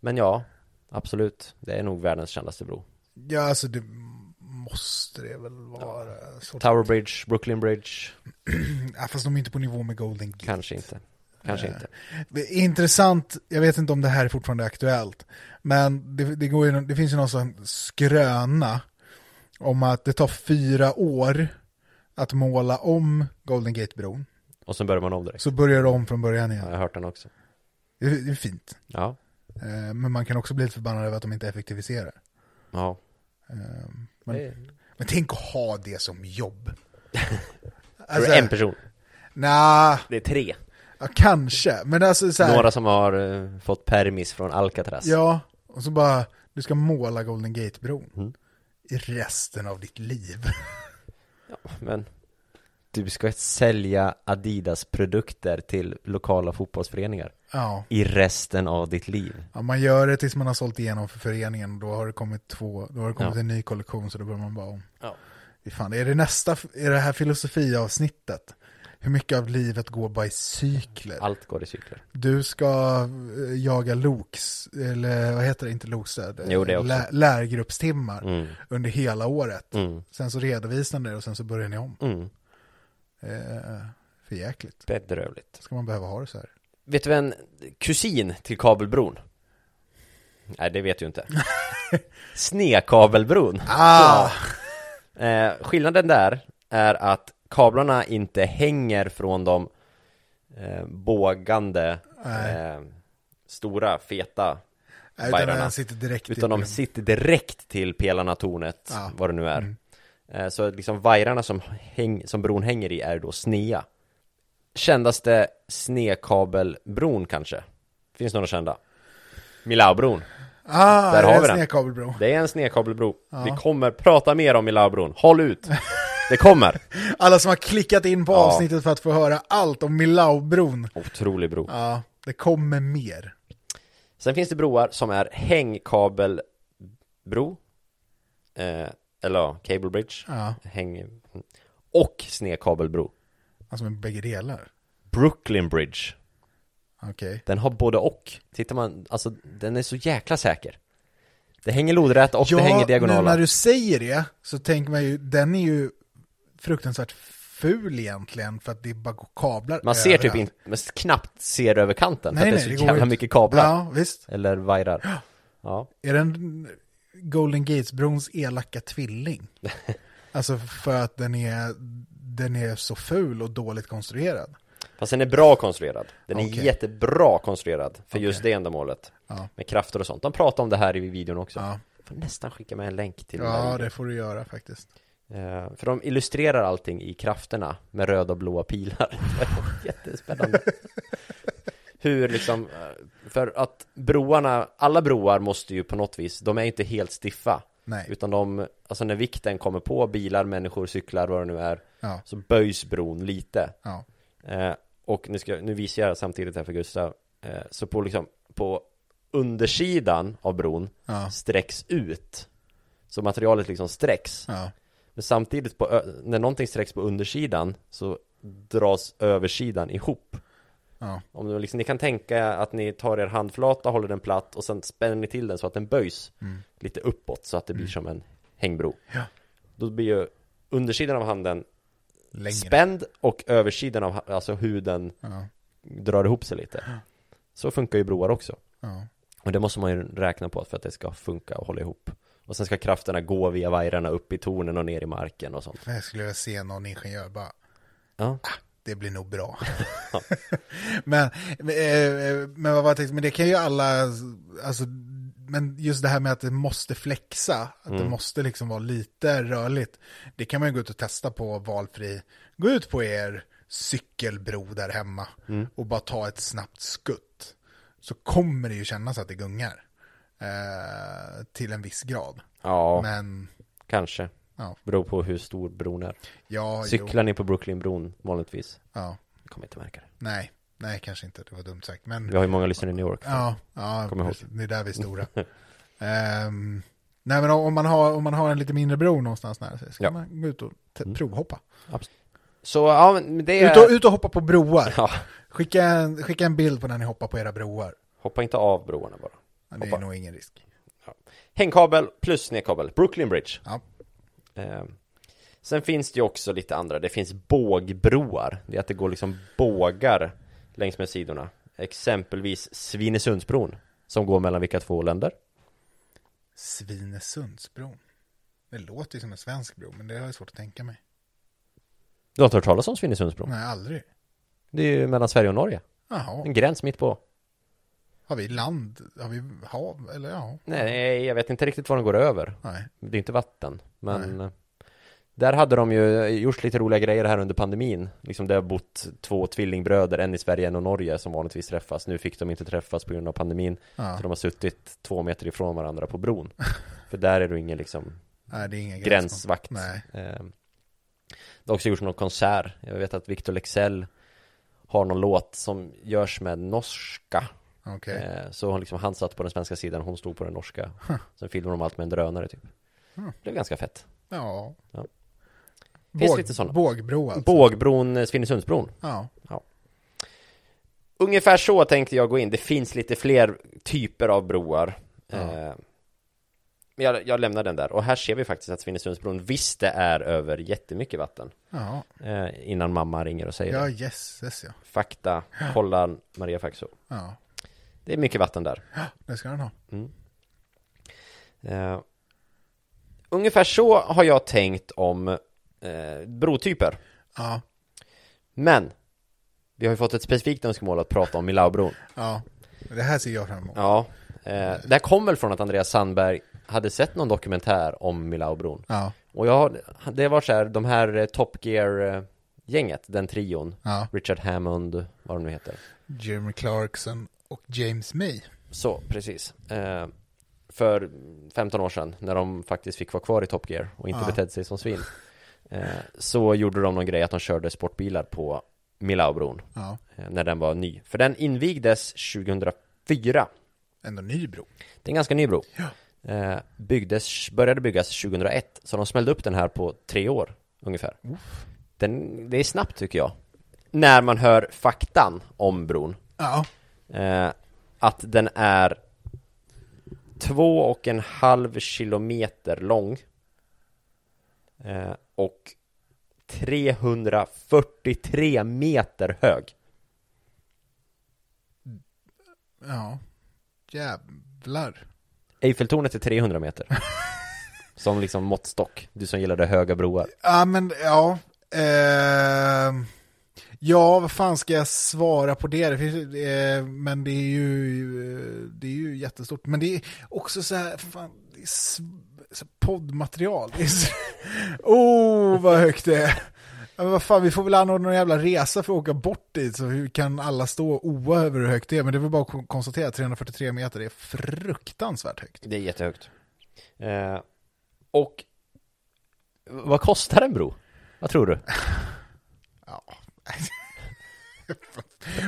Men ja, absolut. Det är nog världens kändaste bro. Ja, alltså det måste det väl vara. Ja. Tower Bridge, Brooklyn Bridge, Ja, fast de är inte på nivå med Golden Gate. kanske inte. Kanske Eh, inte. Det är Intressant, jag vet inte om det här är fortfarande aktuellt, men det, det, går ju, det finns ju någon sån skröna om att det tar fyra år att måla om Golden Gate-bron. Och sen börjar man om direkt. Så börjar det om från början Ja, igen. jag har hört den också. Det, är- det är fint. Ja, Eh, Men man kan också bli lite förbannad över att de inte effektiviserar. ja. Eh, Det är- Men, men tänk att ha det som jobb. Tror alltså- du en person. Nja, Det är tre. ja, kanske. Men alltså så här, Några som har eh, fått permis från Alcatraz. Ja, och så bara, du ska måla Golden Gate-bron. Mm. I resten av ditt liv. Men du ska sälja Adidas produkter till lokala fotbollsföreningar ja. i resten av ditt liv. ja, man gör det tills man har sålt igenom för föreningen och då har det kommit två, då har det kommit Ja. en ny kollektion så då börjar man bara om. Ja. Fy Fan, är det nästa, är det här filosofiavsnittet? Hur mycket av livet går bara i cykler? Allt går i cykler. Du ska eh, jaga loks, eller vad heter det, inte loksar, eh, Jo, det också. lä- lärgruppstimmar Mm. under hela året. Mm. Sen så redovisar ni det och sen så börjar ni om. Mm. Eh, för jäkligt. Bedrövligt. Ska man behöva ha det så här? Vet du vem kusin till kabelbron? Nej, det vet du inte. Snekabelbron. Ah! Eh, skillnaden där är att kablarna inte hänger från de eh, bågande, eh, stora, feta Nej, Utan vajrarna. den sitter direkt Utan i de sitter direkt till pelarna, tornet, Ja. Mm. vad det nu är Eh, Så liksom vajrarna som, häng, som bron hänger i är då snea Kändaste snekabelbron kanske? Finns några kända? Milaubron Ah, Där det har vi är en den. snedkabelbro. Det är en snekabelbro Vi kommer prata mer om Milaubron, håll ut! Det kommer! Alla som har klickat in på Ja. avsnittet för att få höra allt om Milaubron. Otrolig bro Ja, det kommer mer. Sen finns det broar som är hängkabelbro eh, Eller ja, cable bridge Ja. Häng... Och snekabelbro Alltså med bägge delar. Brooklyn Bridge Okej. Den har både och Tittar man, alltså den är så jäkla säker Det hänger lodrätt och det hänger nu när diagonala du säger det så tänker man ju, den är ju fruktansvärt ful egentligen för att det är bara går kablar Man ser typ överallt. inte, men knappt ser över kanten Nej, För att nej, det det är går så jävla inte. mycket kablar Ja, visst. Eller vajrar Ja, Är den Golden Gates-brons elaka tvilling? alltså för att den är, den är så ful och dåligt konstruerad. Fast den är bra konstruerad. Den är Okej. jättebra konstruerad för just det ändamålet. Ja. Med krafter och sånt. De pratar om det här i videon också. Ja. Jag får nästan skicka med en länk till den här Ja, videon. det får du göra faktiskt. Eh, För de illustrerar allting i krafterna med röda och blåa pilar. Jättespännande. Hur liksom, eh, för att broarna, alla broar måste ju på något vis, de är ju inte helt stiffa. Nej. Utan de, alltså när vikten kommer på bilar, människor, cyklar, vad det nu är, Ja. så böjs bron lite. Ja. Eh, och nu, ska, nu visar jag samtidigt här för Gustav. Eh, så på, liksom, på undersidan av bron Ja. sträcks ut. Så materialet liksom sträcks. Ja. Men samtidigt, på, ö- när någonting sträcks på undersidan så dras översidan ihop. Ja. Om du liksom, ni kan tänka att ni tar er handflata, håller den platt och sen spänner ni till den så att den böjs Mm. lite uppåt så att det blir som en hängbro. Ja. Då blir ju undersidan av handen Längre. spänd och översidan av ha- alltså huden Ja. drar ihop sig lite. Så funkar ju broar också. Ja. Och det måste man ju räkna på för att det ska funka och hålla ihop. Och sen ska krafterna gå via vajrarna upp i tornen och ner i marken och sånt. Jag skulle vilja se någon ingenjör bara, Ja. det blir nog bra. men, men, eh, men vad var jag tänkte, men det kan ju alla, alltså, men just det här med att det måste flexa, att det måste liksom vara lite rörligt, det kan man ju gå ut och testa på valfri, gå ut på er cykelbro där hemma och bara ta ett snabbt skutt, så kommer det ju kännas att det gungar. Eh, till en viss grad. Ja, Men, kanske. ja, Beror på hur stor bron är. ja, jo, Cyklar ni på Brooklynbron vanligtvis? ja. Ni kommer inte märka det. Nej, nej kanske inte, det var dumt sagt. Men Vi har ju många lyssnare i New York. ja, ja Kom ihåg. precis, det är där vi är stora. Ehm, nej men om man, har, om man har en lite mindre bro någonstans nära sig, ska Ja. man gå ut och te- provhoppa. Absolut. Så ja, men det Ut och, är... ut och hoppa på broar. Ja, Skicka, en, skicka en bild på när ni hoppar på era broar. hoppa inte av broarna bara. Ja, Det är Hoppa. nog ingen risk. Hängkabel plus snedkabel. Brooklyn Bridge. Ja, Eh, sen finns det ju också lite andra, det finns bågbroar. Det är att det går liksom bågar längs med sidorna. Exempelvis Svinesundsbron, som går mellan vilka två länder? Svinesundsbron. Det låter ju som en svensk bro, men det har jag svårt att tänka mig. Du har inte hört talas om Svinesundsbron? Nej, aldrig. Det är ju mellan Sverige och Norge. En Jaha, gräns mitt på. har vi land, har vi hav, eller ja, Nej, jag vet inte riktigt var den går över. nej. Det är inte vatten, men eh, där hade de ju eh, gjort lite roliga grejer här under pandemin. Liksom det har bott två tvillingbröder, en i Sverige, en i Norge, som vanligtvis träffas. Nu fick de inte träffas på grund av pandemin, Ja. så de har suttit två meter ifrån varandra på bron. För där är det ingen liksom nej det är ingen gränsvakt. Nej. Eh, Det har också gjorts någon konsert. Jag vet att Victor Lexell har någon låt som görs med norska Okej. Eh, Så hon liksom, han satt på den svenska sidan, hon stod på den norska. Sen filmade de allt med en drönare typ. Det blev ganska fett. Ja. Ja. Finns Båg, lite sådana. Bågbro alltså. Bågbron, eh, Svinesundsbron. Ja. Ungefär så tänkte jag gå in. Det finns lite fler typer av broar. Eh, Men jag, jag lämnar den där. Och här ser vi faktiskt att Svinesundsbron visst det är över jättemycket vatten. Ja. Eh, innan mamma ringer och säger Ja, det. jösses ja. Fakta, kolla Maria Faxo. Ja. Det är mycket vatten där. Det ska den ha. Eh, ungefär så har jag tänkt om eh, brotyper. Ja. Men vi har ju fått ett specifikt önskemål att prata om Milaubron. Ja. Det här ser jag fram emot. Ja, eh, det här kom väl från att Andreas Sandberg hade sett någon dokumentär om Milaubron. Ja. Och jag, har- det var så här, de här eh, Top Gear-gänget, den trion, Ja. Richard Hammond, vad de nu heter. Jeremy Clarkson och James May. Så, precis. Eh, för 15 år sedan, när de faktiskt fick vara kvar i Top Gear och inte Ja. betedde sig som svin, eh, så gjorde de någon grej att de körde sportbilar på Milaubron Ja. eh, när den var ny. För den invigdes 2004. Ändå ny bro. Det är en ganska ny bro. Eh, byggdes, började byggas 2001, så de smällde upp den här på tre år ungefär. Den, det är snabbt tycker jag. När man hör faktan om bron Ja. eh, att den är två och en halv kilometer lång eh, och 343 meter hög. Ja. Jävlar. Eiffeltornet är 300 meter. Som liksom måttstock, du som gillade höga broar. Ja, men ja. Ehm. Ja, vad fan ska jag svara på det? det finns, eh, men det är, ju, eh, det är ju jättestort. Men det är också så här, fan, det är s- så här poddmaterial. Det är så- oh, vad högt det är. Ja, Men vad fan, vi får väl anordna en jävla resa för att åka bort dit så hur kan alla stå och oa över hur högt det är? Men det är väl bara att kon- konstatera att 343 meter är fruktansvärt högt. Det är jättehögt. Eh, och vad kostar en bro? Vad tror du? Ja.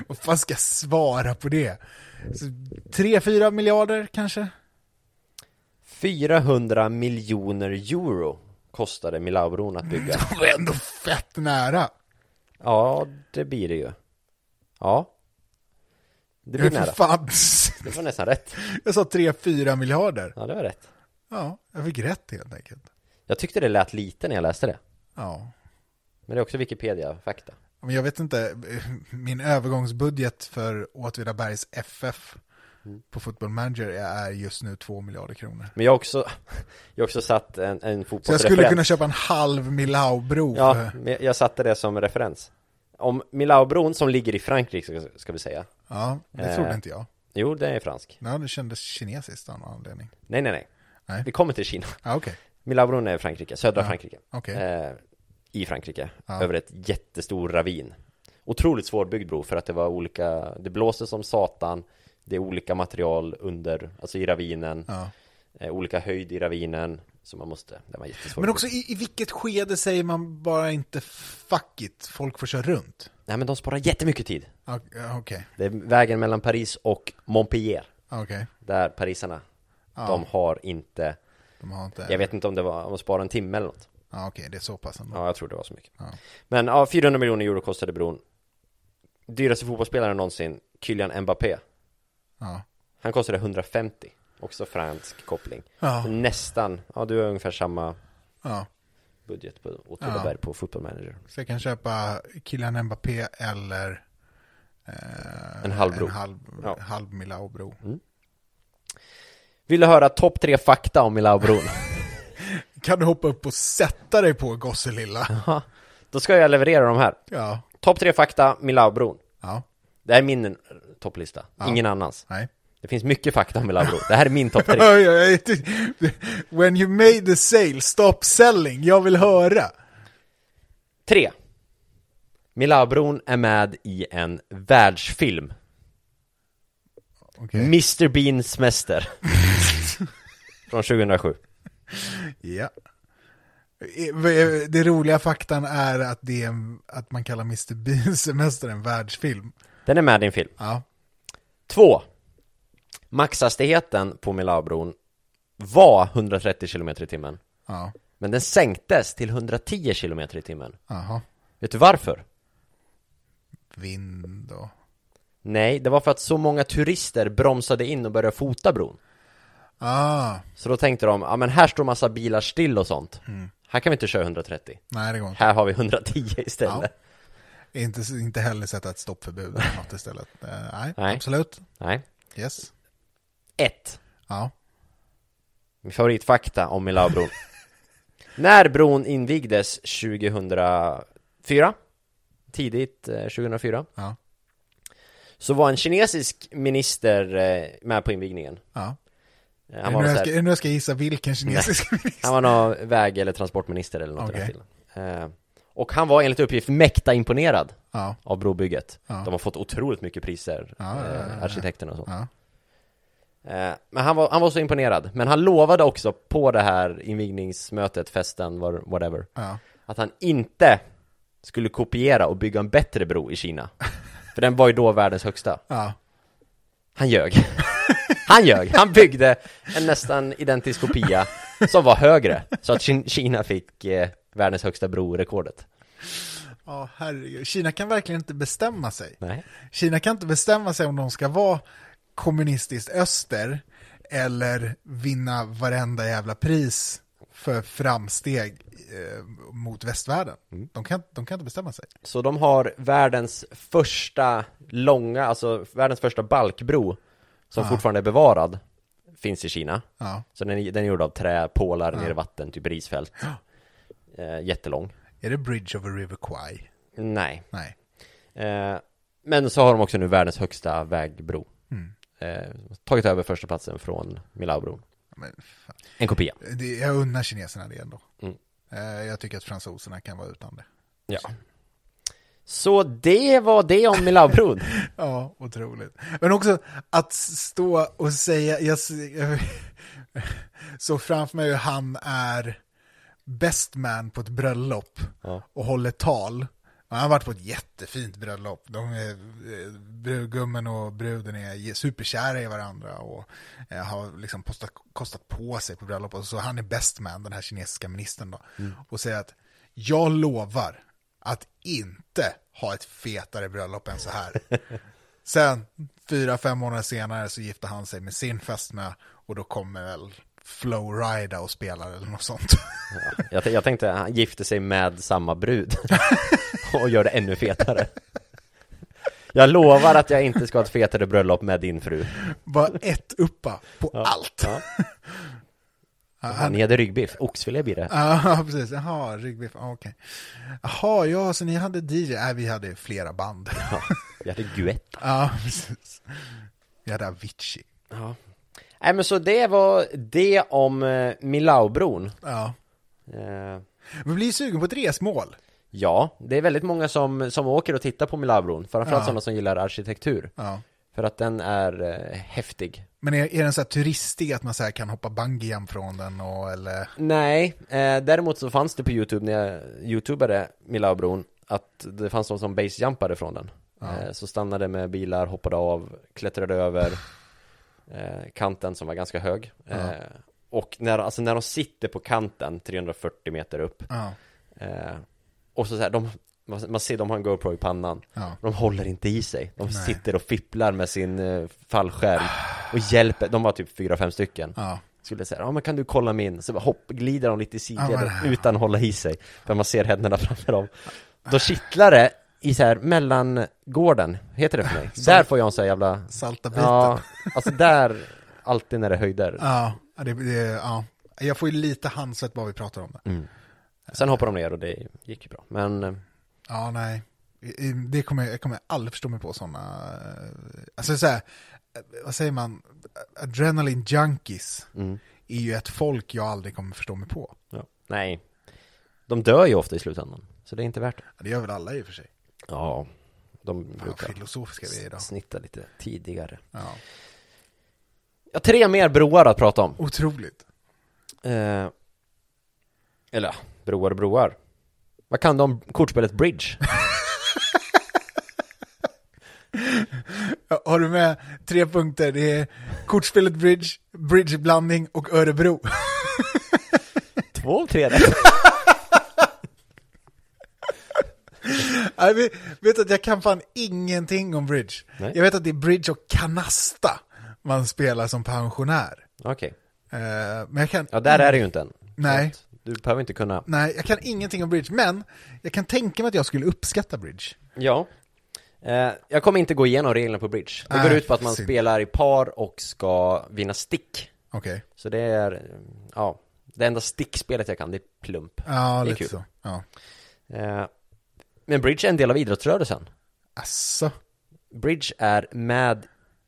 vad fan ska jag svara på det? 3-4 miljarder kanske? 400 miljoner euro kostade Milaubron att bygga. Det var ändå fett nära. Ja, det blir det ju. Ja. Det blir Ja, för nära. Fan. Det var nästan rätt. Jag sa 3-4 miljarder. Ja, det var rätt. Ja, jag fick rätt helt enkelt. Jag tyckte det lät lite när jag läste det. Ja. Men det är också Wikipedia-fakta. Men jag vet inte, eh, min övergångsbudget för Åtvidabergs FF på Football Manager är just nu 2 miljarder kronor. Men jag har också, jag har också satt en, en Så jag skulle fotbollsreferens. kunna köpa en halv Milaubro. Ja, för- men jag satte det som referens. Om Milaubron som ligger i Frankrike, ska- ska vi säga. ja det Eh. trodde inte jag. Jo, den är fransk. Nej, det kändes kinesiskt av någon anledning. Nej, nej, nej. Nej. Vi kommer till Kina. Ja, okej. Milabron är i Frankrike, södra Frankrike. okej. Eh, I Frankrike, över ett jättestor ravin. Otroligt svårbyggd bro för att det var olika, det blåste som satan, det är olika material under, alltså i ravinen, Ja. eh, olika höjd i ravinen, så man måste, det var jättesvårt. Men också i, i vilket skede säger man bara inte fuck it, folk får köra runt? Nej men de sparar jättemycket tid. Ja, ja, Okej, Det är vägen mellan Paris och Montpellier, okej. där parisarna, de har inte, De har inte... jag vet inte om det var, om de sparar en timme eller något. Ja, okej, det är så pass ändå. Ja, jag tror det var så mycket. Men ja, 400 miljoner euro kostade bron. Dyraste fotbollsspelaren någonsin, Kylian Mbappé. Ja. Han kostade 150. Också fransk koppling. Ja. Så Nästan, ja du har ungefär samma ja. budget på Åtvidaberg på Football Manager. Så jag kan köpa Kylian Mbappé eller eh, En halv bro. En halv, Ja. Mm. halv Milaubro. Vill du höra topp tre fakta om Milaubron? Kan du hoppa upp och sätta dig på Gosselilla? Ja. Då ska jag leverera de här. Ja. Topp tre fakta, Milaubron. Ja. Det här är min topplista, ingen annans. Nej. Det finns mycket fakta om Milaubron. Det här är min topp tre. Oj, oj, oj. When you made the sale, stop selling. Jag vill höra. Tre. Milabron är med i en världsfilm. Okej. Mr Beans mäster. Från 2007. Ja. Eh, Det roliga faktan är att, det är en, att man kallar Mr. Beans semester en världsfilm. Den är med i en film. Ja. Två. Maxhastigheten på Milabron var 130 km i timmen. Ja. Men den sänktes till 110 km i timmen. Jaha. Vet du varför? Vind och... Nej, det var för att så många turister bromsade in och började fota bron. Ah, Så då tänkte de, ja men här står massa bilar still och sånt. Här kan vi inte köra 130. nej det går inte. Här har vi 110 istället. Ja. Inte, inte heller sätta ett stoppförbud eller något istället. Eh, nej, Nej. absolut. Nej. Yes. 1. Ja. Min favoritfakta om Milabron. När bron invigdes 2004, tidigt eh, 2004, Ja. så var en kinesisk minister eh, med på invigningen. ja. Eh, Är Han det var, nu, någon jag så ska, är här, det nu jag ska gissa vilken kinesisk minister? han var någon väg eller transportminister eller något i den Okej. stilen. Eh, Och han var enligt uppgift mäkta imponerad Ja. av brobygget. Ja. De har fått otroligt mycket priser, Ja, ja, ja, eh, ja. arkitekterna och så. Ja. Eh, Men han var, han var så imponerad, men han lovade också på det här invigningsmötet, festen, var- whatever Ja. Att han inte skulle kopiera och bygga en bättre bro i Kina För den var ju då världens högsta Ja. Han ljög Han ljög, han byggde en nästan identisk kopia som var högre Så att Kin- Kina fick eh, världens högsta bro-rekordet Ja, herregud. Kina kan verkligen inte bestämma sig. Nej Kina kan inte bestämma sig om de ska vara kommunistiskt öster eller vinna varenda jävla pris för framsteg eh, mot västvärlden. Mm. De, kan, de kan inte bestämma sig. Så de har världens första långa, alltså världens första balkbro Som fortfarande är bevarad Finns i Kina Ja. Så den är, den är gjord av trä, pålar, ner i vatten, typ risfält eh, Jättelång Är det Bridge of a River Kwai? Nej Nej. Eh, men så har de också nu världens högsta vägbro. Eh, tagit över första platsen från Milaubron. Men fan. En kopia. Det, jag unnar kineserna det ändå. Mm. Eh, Jag tycker att fransoserna kan vara utan det. Ja. Så det var det om Milaubron. Ja, otroligt. Men också att stå och säga, jag, s- jag så framför mig hur han är best man på ett bröllop Ja. och håller tal. Han har varit på ett jättefint bröllop. De är, eh, brudgummen och bruden är ge- superkära i varandra och eh, har liksom postat, kostat på sig på bröllopet. Så han är best man, den här kinesiska ministern då. Och säger att jag lovar att inte ha ett fetare bröllop än så här. Sen, fyra, fem månader senare så gifte han sig med sin fästmö och då kommer väl Flowrida och spelar eller något sånt. Jag, t- jag tänkte han gifte sig med samma brud och gör det ännu fetare. Jag lovar att jag inte ska ha ett fetare bröllop med din fru. Bara ett uppa på allt. Ja. Ni hade ryggbiff, oxfilé blir det. Ja, precis. Jaha, ryggbiff. Ah, Okej. Jaha, ja, så ni hade DJ? Nej, vi hade flera band. Ja, Vi hade guett. precis. Vi hade Avicii. Ja. Nej men så det var det om eh, Milaubron. Ja. Eh, Vi blir ju sugen på ett resmål. ja, det är väldigt många som, som åker och tittar på Milaubron. Framförallt Ja. sådana som gillar arkitektur. Ja. För att den är eh, häftig. Men är, är den så här turistig att man så här kan hoppa bungyjump från den och eller? Nej, eh, däremot så fanns det på YouTube när jag youtubade Milaubron att det fanns de som basejumpade från den. Eh, så stannade med bilar, hoppade av, klättrade över eh, kanten som var ganska hög. Eh, och när, alltså när de sitter på kanten 340 meter upp Ja. eh, och så, så här, de, man man ser de har en GoPro i pannan. Ja. De håller inte i sig. De sitter och fipplar med sin eh, fallskärm och hjälper. De var typ fyra, fem stycken Ja. skulle säga, ja men kan du kolla min? Så bara hopp, glider de lite i sidled Ja, men- utan att hålla i sig, för man ser händerna framför dem. Då kittlar det i så här mellangården, heter det för mig? där får jag en så här jävla... Salta biten. Ja, alltså där, alltid när det är höjder. Ja, ja, det, det, ja. Jag får ju lite handsvett bara vi pratar om det. Sen hoppar de ner och det gick ju bra. Men eh, Ja, nej. I- i- Det kommer, jag jag kommer aldrig förstå mig på sådana, alltså så här, eh, vad säger man, adrenaline junkies är ju ett folk jag aldrig kommer förstå mig på. ja. nej, de dör ju ofta i slutändan, så det är inte värt det. Ja, Det gör väl alla i och för sig. Ja, de Vad brukar filosofiska vi är idag. snitta lite tidigare. Ja. Jag har tre mer broar att prata om. Otroligt. Eh, eller ja, broar och broar. Vad kan du om kortspelet Bridge? Ja, Har du med tre punkter? Det är kortspelet bridge, bridgeblandning och Örebro. Två av tre rätt. Jag vet, vet att jag kan fan ingenting om bridge. Nej. Jag vet att det är bridge och kanasta man spelar som pensionär. Okej, Eh, Men jag kan ja där är det ju inte än. Nej. Så att Du behöver inte kunna. Nej, jag kan ingenting om bridge, men jag kan tänka mig att jag skulle uppskatta bridge. Ja. Eh, jag kommer inte gå igenom reglerna på Bridge. Det går Nej, ut på att man synd. spelar i par och ska vinna stick. Okej. Så det är, eh, ja, det enda stickspelet jag kan, det är plump. Ja, Det är lite kul. så. Ja. Eh, men Bridge är en del av idrottsrörelsen. Asså. Bridge är med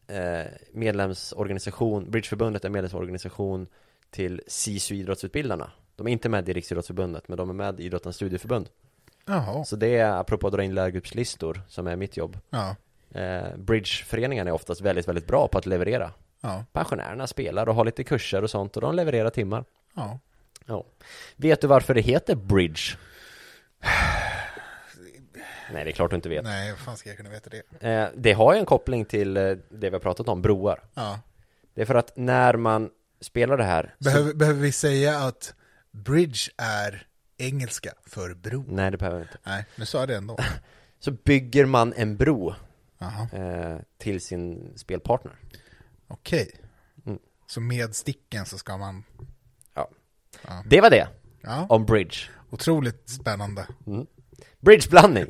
eh, medlemsorganisation, Bridgeförbundet är medlemsorganisation till SISU idrottsutbildarna. De är inte med i Riksidrottsförbundet, men de är med i Idrottens studieförbund. Jaha. Så det är, apropå att dra in lärgruppslistor, som är mitt jobb. Ja. Eh, Bridgeföreningarna är oftast väldigt, väldigt bra på att leverera. Ja. Pensionärerna spelar och har lite kurser och sånt och de levererar timmar. Ja. Ja. Vet du varför det heter Bridge? Nej, det är klart du inte vet. Nej, vad fan ska jag kunna veta det? Eh, det har ju en koppling till eh, det vi har pratat om, broar. Ja. Det är för att när man spelar det här så- Behöver, behöver vi säga att bridge är engelska för bro? Nej, det behöver jag inte Nej, nu sa jag det ändå. Så bygger man en bro Jaha. eh, till sin spelpartner Okej. Så med sticken så ska man... ja. Det var det Ja. om bridge Otroligt spännande. Bridgeblandning!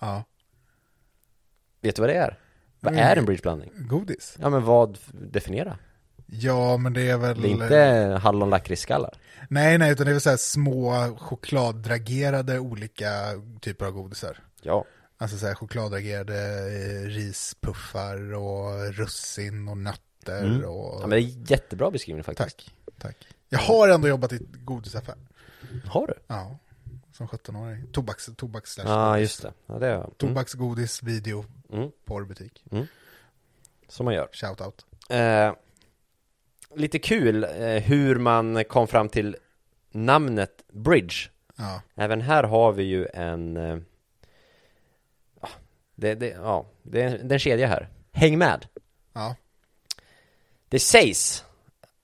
Ja. Vet du vad det är? Vad är en bridgeblandning? Godis. Ja men vad, definiera Ja, men det är väl... Det är inte hallonlakritsskallar. Nej, nej, utan det är väl så här små chokladdragerade olika typer av godisar. Ja. Alltså så här chokladdragerade eh, rispuffar och russin och nötter och... ja men det är jättebra beskrivning faktiskt. Tack, tack. Jag har ändå jobbat i godisaffär. Har du? Ja, som 17-åring. Tobaks, tobaks slash Ja, ah, just det. Ja, det är jag. Mm. Tobaksgodis, video, Mm. porrbutik. Som man gör. Shoutout. Eh, lite kul eh, hur man kom fram till namnet Bridge. Ja, Även här har vi ju en... Eh, ah, det, det, ja, det är, det är en kedja här. Häng med! ja, Det sägs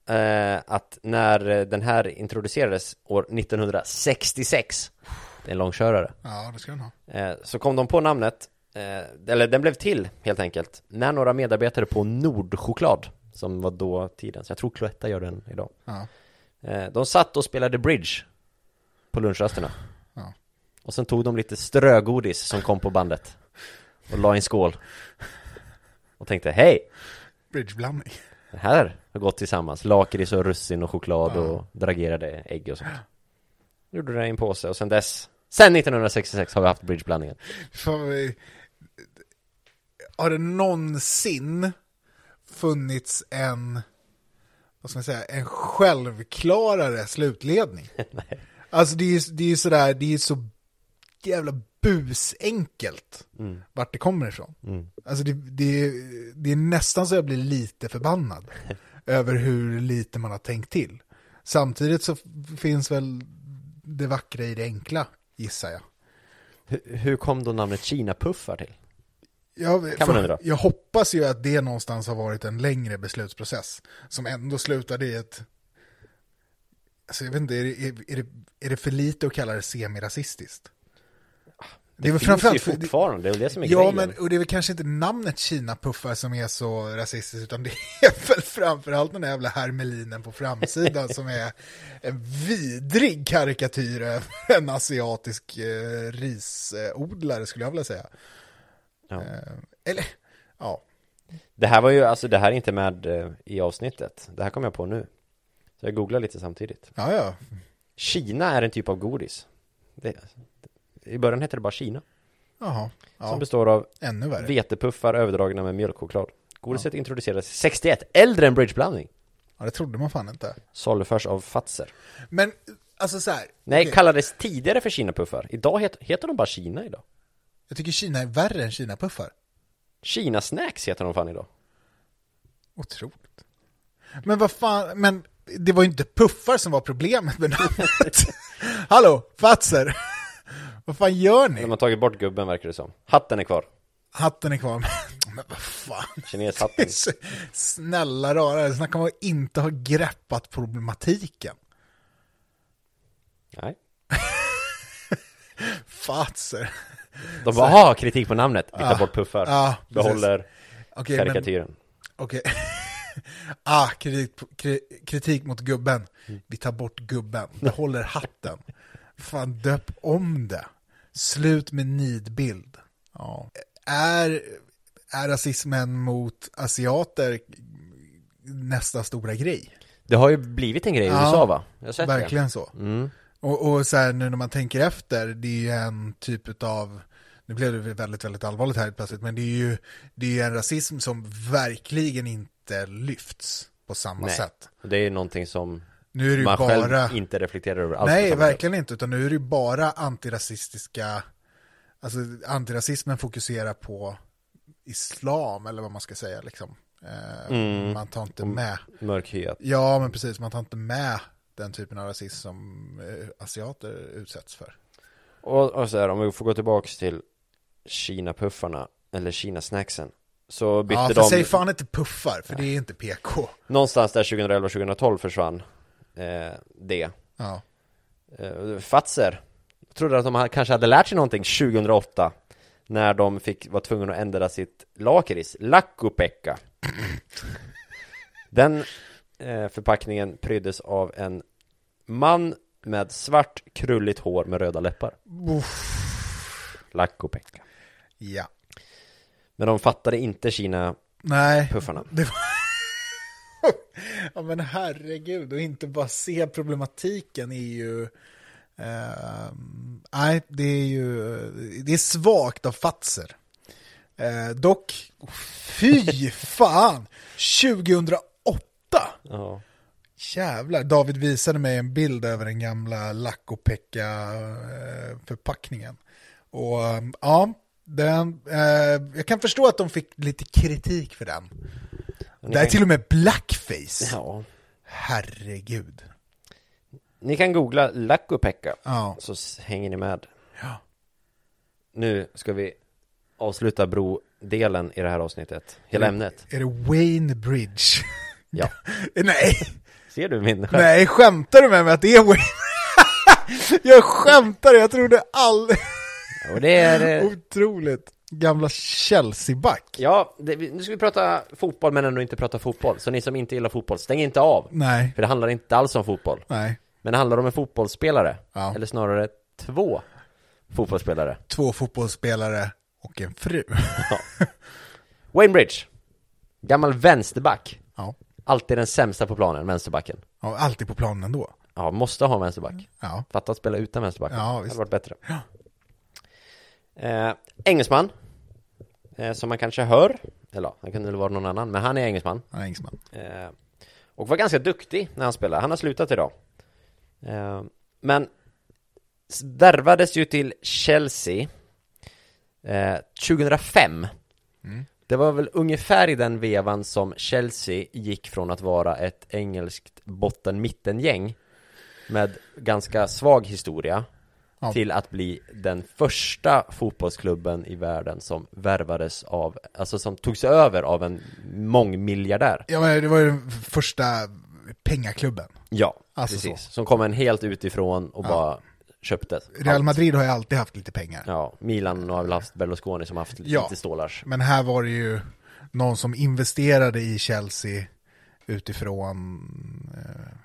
eh, att när eh, den här introducerades år 1966, det är en långkörare, ja, det ska den ha. eh, så kom de på namnet, eh, eller den blev till helt enkelt, när några medarbetare på Nordchoklad, som var då tiden, så jag tror Cloetta gör den idag, Ja, eh, de satt och spelade bridge på lunchrasterna. Ja. Och sen tog de lite strögodis som kom på bandet och la i en skål. Och tänkte, hej! bridgeblandning. Det här har gått tillsammans, lakrits och russin och choklad och dragerade ägg och sånt Gjorde det i en påse och sen dess Sen 1966 har vi haft bridgeblandningen Fan, vad- Har det någonsin funnits en, vad ska man säga, en självklarare slutledning? Alltså det är ju det är ju sådär, det är ju så jävla busenkelt vart det kommer ifrån. Alltså det, det, är- det är nästan så jag blir lite förbannad över hur lite man har tänkt till. Samtidigt så f- finns väl det vackra i det enkla, gissar jag. H- Hur kom då namnet Kina-puffar till? Jag, Kan man undra. jag hoppas ju att det någonstans har varit en längre beslutsprocess som ändå slutade i ett... Alltså jag vet inte, är det, är, är det, är det för lite att kalla det semirasistiskt? Det, är väl Ah, Finns framförallt... ju för- fortfarande, det är väl det som är Ja, grejen men och det är väl kanske inte namnet Kina-puffar som är så rasistiskt, utan det är väl framförallt den där jävla hermelinen på framsidan som är en vidrig karikatyr över en asiatisk eh, risodlare skulle jag vilja säga. Ja. Eh, eller, ja. Det här var ju, alltså det här är inte med eh, i avsnittet Det här kom jag på nu Så jag googlar lite samtidigt Ja, ja. Kina är en typ av godis det, I början hette det bara Kina Jaha. Som Ja, består av ännu värre. vetepuffar överdragna med mjölkchoklad Godiset introducerades 61, äldre än bridgeblandning Ja, det trodde man fan inte. Saluförs av Fazer. Men, alltså så här. Nej, okej. kallades tidigare för Kinapuffar. Idag het, heter de bara Kina idag. Jag tycker Kina är värre än Kina-puffar. Kina-snacks heter de fan idag. Otroligt. Men vad fan, men det var ju inte puffar som var problemet med namnet. Hallå, Fatser. vad fan gör De ni? har tagit bort gubben verkar det som. Hatten är kvar. Hatten är kvar. men vad fan. Kineshatten. Snälla rara, snacka om att inte ha greppat problematiken. Nej. Fatser. De bara, aha, kritik på namnet. Vi tar bort puffar. ja, precis. Behåller Okej, men karikatyren. okej. ah, kritik, kri- kritik mot gubben. Vi tar bort gubben, behåller hatten. Fan, döp om det. Slut med nidbild. Ja. Är, är rasismen mot asiater nästa stora grej? Det har ju blivit en grej i USA va? Jag har sett Verkligen så. Mm. Och, och så här nu när man tänker efter, det är ju en typ utav nu blev det väldigt, väldigt allvarligt här helt plötsligt, men det är ju det är ju en rasism som verkligen inte lyfts på samma det. Nej. sätt. Det är ju någonting som Nu är det ju man bara... själv inte reflekterar över alls. på Nej, samma sätt. verkligen inte, utan nu är det ju bara antirasistiska, alltså antirasismen fokuserar på islam eller vad man ska säga liksom. Eh, Mm. Man tar inte med Mörkhyat. Ja, men precis. Man tar inte med den typen av rasism som eh, asiater utsätts för. Och, och så här, om vi får gå tillbaks till Kina-puffarna, eller Kina-snacksen. Så bytte Ja, för de... säg fan inte puffar, för det är inte PK. Någonstans där 2011-2012 försvann eh, det. Ja, Eh, Fatser trodde att de ha- kanske hade lärt sig någonting 2008 när de fick, var tvungna att ändra sitt lakrits, Lakupekka. Den eh, förpackningen pryddes av en man med svart krulligt hår med röda läppar. Lakupekka. ja. Men de fattade inte Kina-puffarna. Nej, det, ja men herregud, och inte bara se problematiken är ju... eh, nej, det är ju... Det är svagt av Fatser. Eh, dock, fy fan! 2008! Ja. Jävlar, David visade mig en bild över den gamla lack och pecka eh, förpackningen. Och eh, ja, den, eh, jag kan förstå att de fick lite kritik för den. Det är till och med blackface. Ja. Herregud. Ni kan googla Lakupekka Ja. så s- hänger ni med. Ja. Nu ska vi avsluta brodelen i det här avsnittet. Hela Mm. ämnet. Är det Wayne Bridge? Ja. Nej, Ser du min skärm? nej, skämtar du med mig att det är Wayne? jag skämtar, jag trodde all... Och det är... Oh. eh, Otroligt. Gamla Chelsea-back. Ja, det, vi- nu ska vi prata fotboll men ändå inte prata fotboll. Så ni som inte gillar fotboll, stäng inte av. Nej, För det handlar inte alls om fotboll. nej. Men det handlar om en fotbollsspelare. Ja. Eller snarare två fotbollsspelare. Två fotbollsspelare och en fru. Wayne Bridge. Gammal vänsterback. ja. Alltid den sämsta på planen, vänsterbacken. ja, alltid på planen ändå. Ja, måste ha en vänsterback. Ja, Fatta att spela utan vänsterback. Ja, det visst. hade varit bättre. Eh, engelsman. Eh, som man kanske hör. Eller ja, han kunde väl vara någon annan, men han är engelsman. han är engelsman. Eh, och var ganska duktig när han spelade. Han har slutat idag. Eh, men s- värvades ju till Chelsea eh, 2005. Det var väl ungefär i den vevan som Chelsea gick från att vara ett engelskt botten-mitten-gäng med ganska svag historia Ja. till att bli den första fotbollsklubben i världen som värvades av, alltså som togs över av en mångmiljardär. Ja, men det var ju den första pengaklubben. Ja, Alltså precis. Som kom en helt utifrån och bara köpte. Real allt. Madrid har ju alltid haft lite pengar. Ja, Milan har väl haft Berlusconi som haft lite stålars. Men här var det ju någon som investerade i Chelsea utifrån... eh,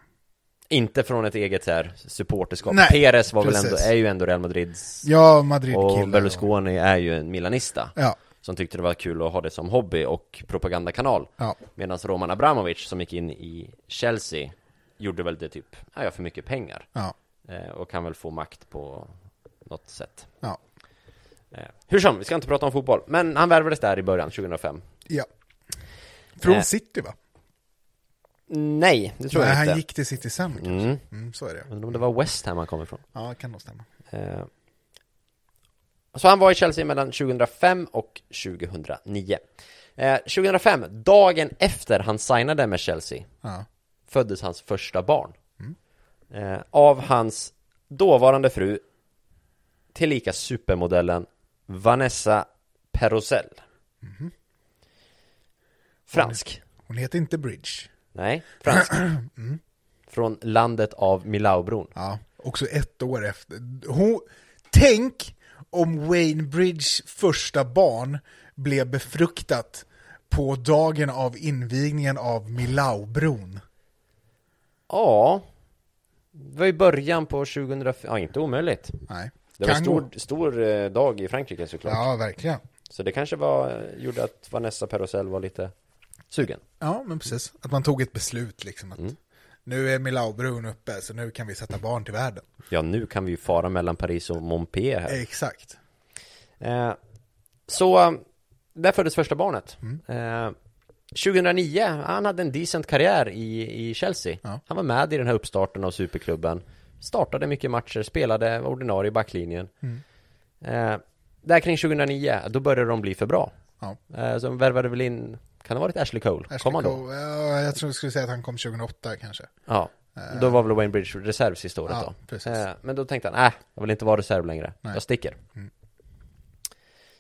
Inte från ett eget så här supporterskap. Nej, Perez var väl precis. ändå, är ju ändå Real Madrids Ja, madrid och Berlusconi är ju en milanista. Ja, Som tyckte det var kul att ha det som hobby och propagandakanal. ja, Medan Roman Abramovic som gick in i Chelsea gjorde väl det typ, "Ja, jag har för mycket pengar. ja, Eh, och kan väl få makt på något sätt. ja. Eh, hur som, vi ska inte prata om fotboll. Men han värvades där i början, 2005. ja. Från Eh, City va? Nej, det tror Nej, jag han inte. gick till City sen kanske. Mm. så är det. Undrar om det var West Ham han kom ifrån. Ja, det kan nog stämma. Eh. Så han var i Chelsea mellan 2005 och 2009. Eh, 2005, dagen efter han signade med Chelsea, Ja. föddes hans första barn. Mm. Eh, av hans dåvarande fru, tillika supermodellen Vanessa Perosell. Mhm. Fransk. Hon heter inte Bridge. Nej, Mm. fransk. Från landet av Milaubron. Ja, också ett år efter. Hon... Tänk om Wayne Bridges första barn blev befruktat på dagen av invigningen av Milaubron. Ja, det var i början på 2004, ja inte omöjligt. Nej. Det var Kan en gå. stor, stor eh, dag i Frankrike såklart. Ja, verkligen. Så det kanske var, gjorde att Vanessa Perosell var lite sugen. Ja, men precis. Att man tog ett beslut liksom. Att Mm. Nu är Milaubron uppe, så nu kan vi sätta barn till världen. Ja, nu kan vi ju fara mellan Paris och Montpellier här. Exakt. Eh, så, eh, där föddes första barnet. Mm. Eh, 2009, han hade en decent karriär i, i Chelsea. Ja. Han var med i den här uppstarten av superklubben. Startade mycket matcher, spelade var ordinarie i backlinjen. Mm. Eh, där kring 2009, då började de bli för bra. Ja. Eh, så de värvade väl in, kan det ha varit Ashley Cole? Ashley Kom han då? Cole, ja, jag tror jag skulle säga att han kom 2008 kanske. Ja, då var väl Wayne Bridge reserv sista året Eh. Ja, då. precis. Eh, Men då tänkte han, nej, jag vill inte vara reserv längre, jag sticker. Mm.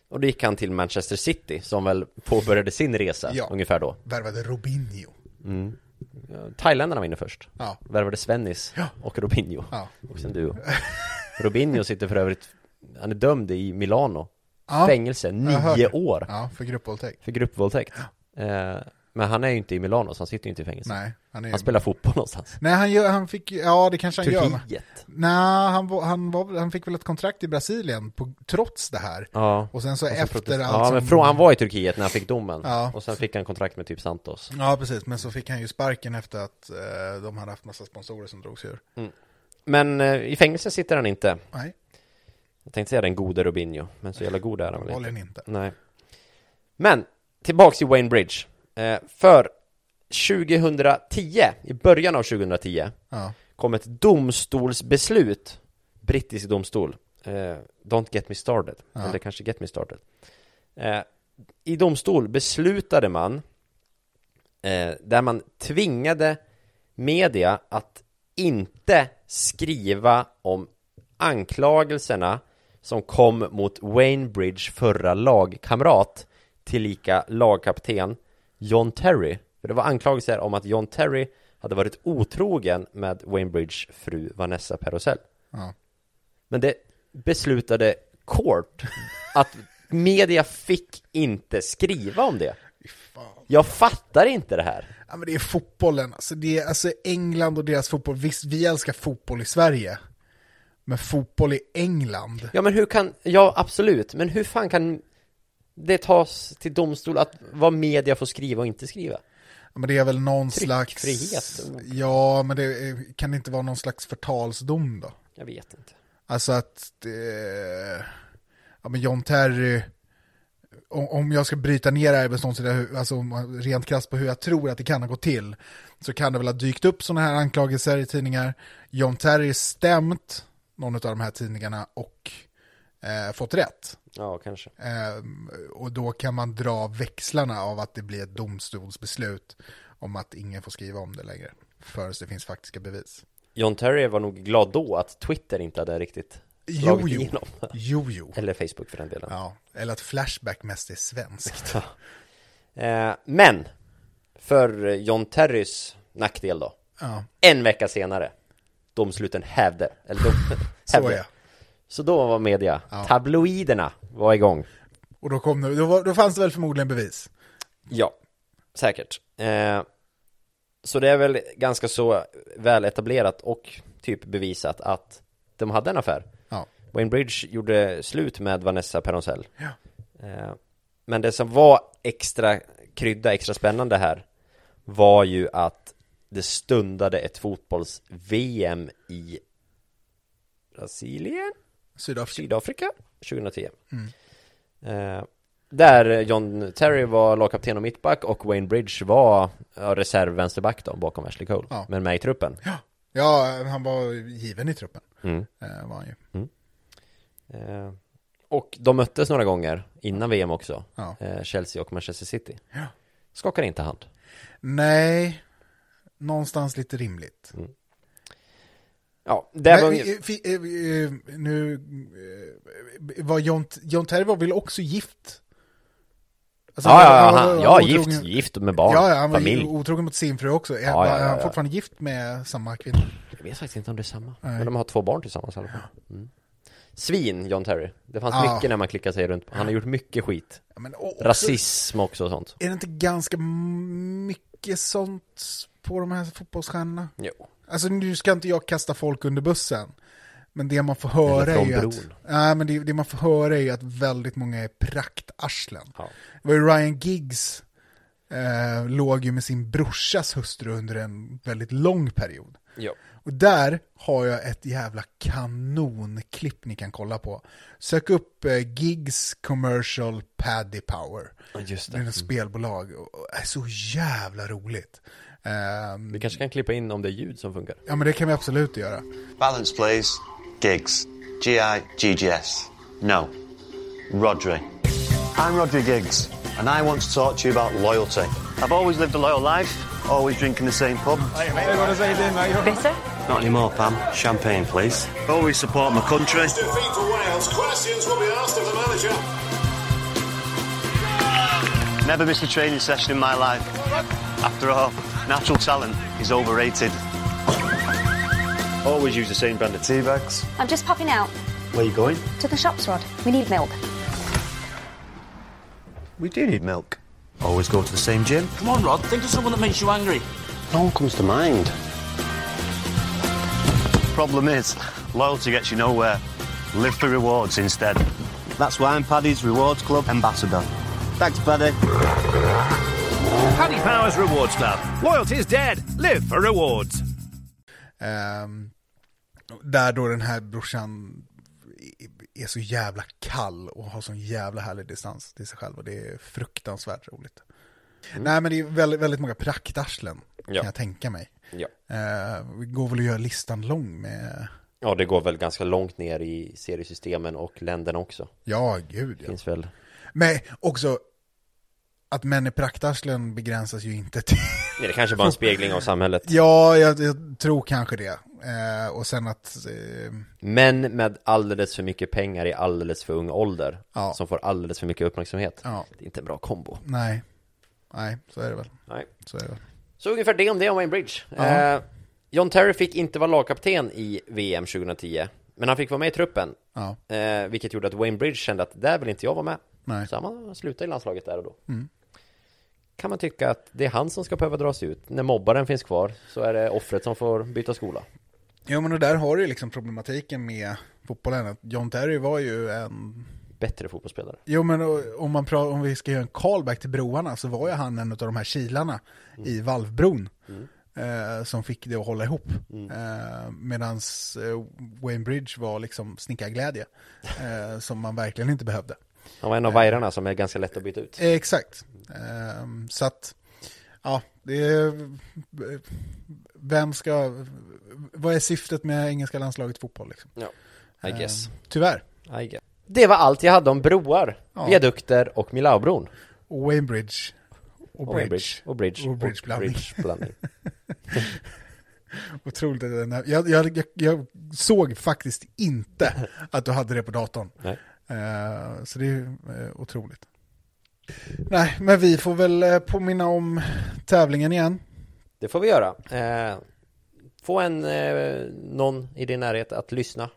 Och då gick han till Manchester City, som väl påbörjade sin resa Ja. ungefär då. Värvade Robinho. Eh, Thailändarna var inne först. Ja. Värvade Svennis Ja. och Robinho. Ja. Och sen du. Robinho sitter för övrigt, han är dömd i Milano. Ja. Fängelse, Jag hörde. nio år Ja, för gruppvåldtäkt. för gruppvåldtäkt. Eh, Men han är ju inte i Milano så han sitter ju inte i fängelse. Nej, han är Han spelar fotboll någonstans. Nej, han, gör, han fick ju- ja det kanske han gör. men- Turkiet. Nej, han, var- han, var, han fick väl ett kontrakt i Brasilien på, trots det här. Ja. Och sen så Och så efter protest- allt Ja, som... men från, han var i Turkiet när han fick domen. Ja. Och sen fick han kontrakt med typ Santos. Ja, precis. Men så fick han ju sparken efter att eh, de hade haft massa sponsorer som drog sig ur. Men eh, i fängelse sitter han inte. Nej, Jag tänkte säga den gode Robinho, men så jävla god är han väl inte. håller inte. Nej. Men, tillbaks till Wayne Bridge. Eh, för 2010, i början av 2010, Ja. kom ett domstolsbeslut, brittisk domstol, eh, Don't get me started, eller kanske get me started. Eh, I domstol beslutade man, eh, där man tvingade media att inte skriva om anklagelserna som kom mot Wayne Bridge förra lagkamrat, tillika lagkapten John Terry. För det var anklagelser om att John Terry hade varit otrogen med Wayne Bridge fru Vanessa Perosell. Ja. Men det beslutade court att media fick inte skriva om det. Jag fattar inte det här. ja, men det är fotbollen. Alltså, det är, alltså England och deras fotboll. Visst, vi älskar fotboll i Sverige. Men fotboll i England. Ja men hur kan, ja absolut, men hur fan kan det tas till domstol att vad media får skriva och inte skriva? Ja, Men det är väl någon slags... Tryckfrihet. Ja, men det är- kan det inte vara någon slags förtalsdom då? Jag vet inte. Alltså att, eh, ja men John Terry, om, om jag ska bryta ner det här i beståndsdelar, alltså om- rent krasst på hur jag tror att det kan ha gått till, så kan det väl ha dykt upp sådana här anklagelser i tidningar. John Terry stämt någon av de här tidningarna och eh, fått rätt. Ja, kanske. Ehm, och då kan man dra växlarna av att det blir ett domstolsbeslut om att ingen får skriva om det längre, förrän det finns faktiska bevis. John Terry var nog glad då att Twitter inte hade riktigt Jo, slagit jo, igenom. jo, jo. Eller Facebook för den delen. Ja, eller att Flashback mest är svenskt. Eh, men, för John Terrys nackdel då, Ja, en vecka senare, domsluten hävde, eller dom, så hävde. ja. Så då var media, tabloiderna var igång. Och då, kom det, då, var, då fanns det väl förmodligen bevis. Ja, säkert. Eh, så det är väl ganska så väl etablerat och typ bevisat att de hade en affär. Ja, Wayne Bridge gjorde slut med Vanessa Peronsell. Ja. Eh, men det som var extra krydda, extra spännande här var ju att det stundade ett fotbolls-VM i Brasilien? Sydafrika. Sydafrika 2010. Mm. Eh, där John Terry var lagkapten och mittback och Wayne Bridge var ja, reservvänsterback då, bakom Ashley Cole. Ja. Men med i truppen. Ja, han var given i truppen. Mm. Eh, var han ju. Eh, och de möttes några gånger innan VM också. Ja. Eh, Chelsea och Manchester City. Ja. Skakar inte hand. Nej, någonstans lite rimligt. Ja, Mm. det var Men, eh, fi- eh, eh, nu, eh, var John, John Terry var väl också gift? Alltså, Ja, ja, han var- han, var ja otrogen- gift, gift med barn, Ja, ja, han var familj. ju otrogen mot sin fru också. Är Ja, var ja, ja, han ja. fortfarande gift med samma kvinna? Jag vet faktiskt inte om det är samma. Men de har två barn tillsammans i alla fall. Mm. Svin, John Terry. Det fanns Ja. mycket när man klickade sig runt. Han har gjort mycket skit. Ja, men, och också- Rasism också och sånt. Är det inte ganska mycket sånt på de här fotbollsstjärnorna? Jo. Alltså nu ska inte jag kasta folk under bussen. Men det man får höra Eller från är ju att, bron. nej, men det, det man får höra är ju att väldigt många är praktarslen. Ja. Det var ju Ryan Giggs, eh, låg ju med sin brorsas hustru under en väldigt lång period. Jo. Och där har jag ett jävla kanonklipp ni kan kolla på. Sök upp eh, Giggs Commercial Paddy Power. Just Mm. Det är ett spelbolag. Och och är så jävla roligt. Ehm, Vi kanske kan klippa in om det är ljud som funkar. ja men det kan vi absolut göra. Balance, please. Giggs. G I G G S. No. Rodri. I'm Rodri Giggs, and I want to talk to you about loyalty. I've always lived a loyal life, always drinking the same pub. Bitter? Not anymore, Pam. Champagne, please. Always support my country. Two feet for Wales. Questions will be asked of the manager. Never missed a training session in my life. After all, natural talent is overrated. Always use the same brand of tea bags. I'm just popping out Where you going? to the shops, Rod. We need milk. We do need milk. Always go to the same gym. Come on, Rod, think of someone that makes you angry. No one comes to mind. Problem is, loyalty gets you nowhere. Live for rewards instead. That's why I'm Paddy's Rewards Club ambassador. Thanks, Paddy. Paddy Powers Rewards Club. Loyalty's dead. Live for rewards. Ehm, där då den här brorsan i- är så jävla kall och har sån jävla härlig distans till sig själv och det är fruktansvärt roligt. Nej men det är väldigt, väldigt många praktarslen Mm. Ja. kan jag tänka mig. Ja. Eh, vi går väl att göra listan lång med, Ja, det går väl ganska långt ner i seriesystemen och länderna också. ja gud ja. Finns väl. Men också att män i praktarslen begränsas ju inte till Nej, det kanske bara är en spegling av samhället. Ja, jag, jag tror kanske det. Eh, och sen att, eh, Män med alldeles för mycket pengar i alldeles för ung ålder. Ja. Som får alldeles för mycket uppmärksamhet. Ja. Det är inte en bra kombo. nej. Nej, så är det väl. Nej. Så är det väl. Så ungefär det om det om Wayne Bridge. Ja. Eh, John Terry fick inte vara lagkapten i VM 2010. Men han fick vara med i truppen. Ja. Eh, vilket gjorde att Wayne Bridge kände att där vill inte jag vara med. Nej. Mm. Så han slutade i landslaget där och då. Kan man tycka att det är han som ska behöva dras ut. När mobbaren finns kvar så är det offret som får byta skola. Jo, men och där har du ju liksom problematiken med fotbollen. Att John Terry var ju en... Bättre fotbollsspelare. Jo, men och- om, man pratar, om vi ska göra en callback till broarna så var ju han en av de här kilarna i Mm. valvbron. Eh, som fick det att hålla ihop. Mm. Eh, Medan eh, Wayne Bridge var liksom snickarglädje. Eh, som man verkligen inte behövde. Han var en av vajrarna som är ganska lätt att byta ut. Eh, Exakt. Ehm, så att, ja, det är... Vem ska... Vad är syftet med engelska landslaget i fotboll? Liksom? Eh, Ja. I guess. Tyvärr. I guess. Det var allt jag hade om broar, Ja. viadukter och Milaubron. Och Wayne Bridge. Och, Och bridge. bridge. Och bridge. Och bridgeblandning. bridgeblandning. Otroligt. att den här- Jag, jag, jag, jag såg faktiskt inte att du hade det på datorn. Nej. Eh, så det är ju, eh, otroligt. Nej, men vi får väl eh, påminna om tävlingen igen. Det får vi göra. Eh, få en, eh, någon i din närhet att lyssna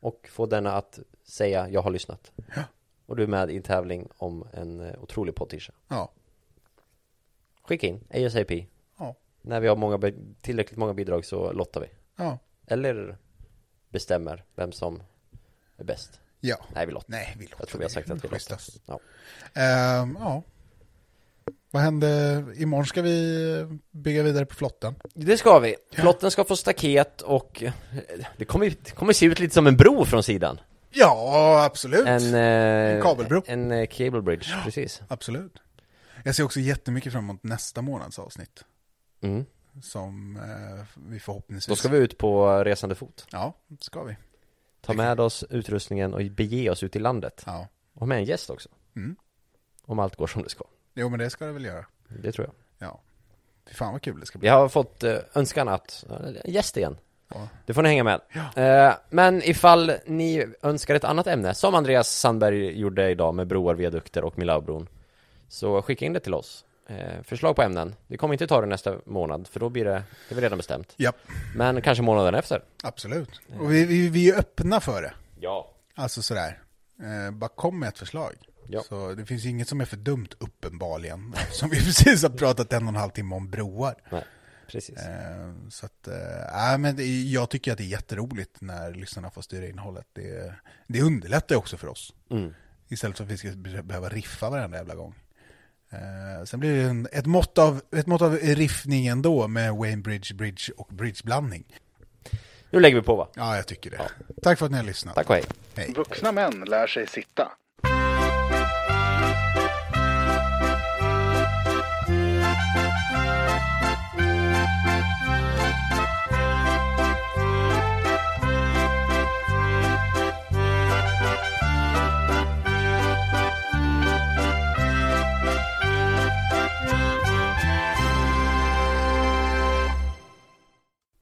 och få denna att säga jag har lyssnat. Och du är med i en tävling om en eh, otrolig podd-tisha. Ja. Skicka in ASAP. Ja. När vi har många, be- tillräckligt många bidrag så lottar vi. Ja. Eller bestämmer vem som är bäst. Ja. Nej, vi lottar. Nej, vi låter Jag tror vi har sagt att vi lottar. Schysstast. Ja. Ehm, ja. Vad hände? Imorgon ska vi eh, bygga vidare på flotten. Det ska vi. Plotten ska få staket och eh, det kommer, det kommer se ut lite som en bro från sidan. Ja, absolut. En, eh, kabelbro. En eh, cable bridge, precis. Absolut. Jag ser också jättemycket fram emot nästa månads avsnitt. Mm. Som eh, vi förhoppningsvis... Då ska vi ut på resande fot. Ja, det ska vi. Ta med oss utrustningen och bege oss ut i landet. Ja. Och med en gäst också. Mm. Om allt går som det ska. Jo, men det ska det väl göra. Det tror jag. Ja. Fy fan vad kul det ska bli. Vi har fått eh, önskan att, eh, gäst igen. Ja. Det får ni hänga med. Eh, men ifall ni önskar ett annat ämne, som Andreas Sandberg gjorde idag med broar, viadukter och Milaubron, så skicka in det till oss. Eh, förslag på ämnen. Vi kommer inte ta det nästa månad, för då blir det, det är väl redan bestämt. Ja, Men kanske månaden efter. absolut. Och vi, vi, vi är öppna för det. Ja. Alltså sådär. Eh, bara kom med ett förslag. Ja. Så det finns ju inget som är för dumt uppenbarligen. Som vi precis har pratat en och en halv timme om broar. Nej, precis. Eh, Så att, äh, men det, är- jag tycker att det är jätteroligt när lyssnarna får styra innehållet. Det, det underlättar ju också för oss. Istället för att vi ska be- behöva riffa varenda jävla gång. Eh, sen blir det en, ett, mått av, ett mått av riffning ändå med Wayne Bridge, Bridge och Bridgeblandning. Nu lägger vi på va? Ja, jag tycker det. Tack för att ni har lyssnat. Tack och hej. Hej. Vuxna män lär sig sitta.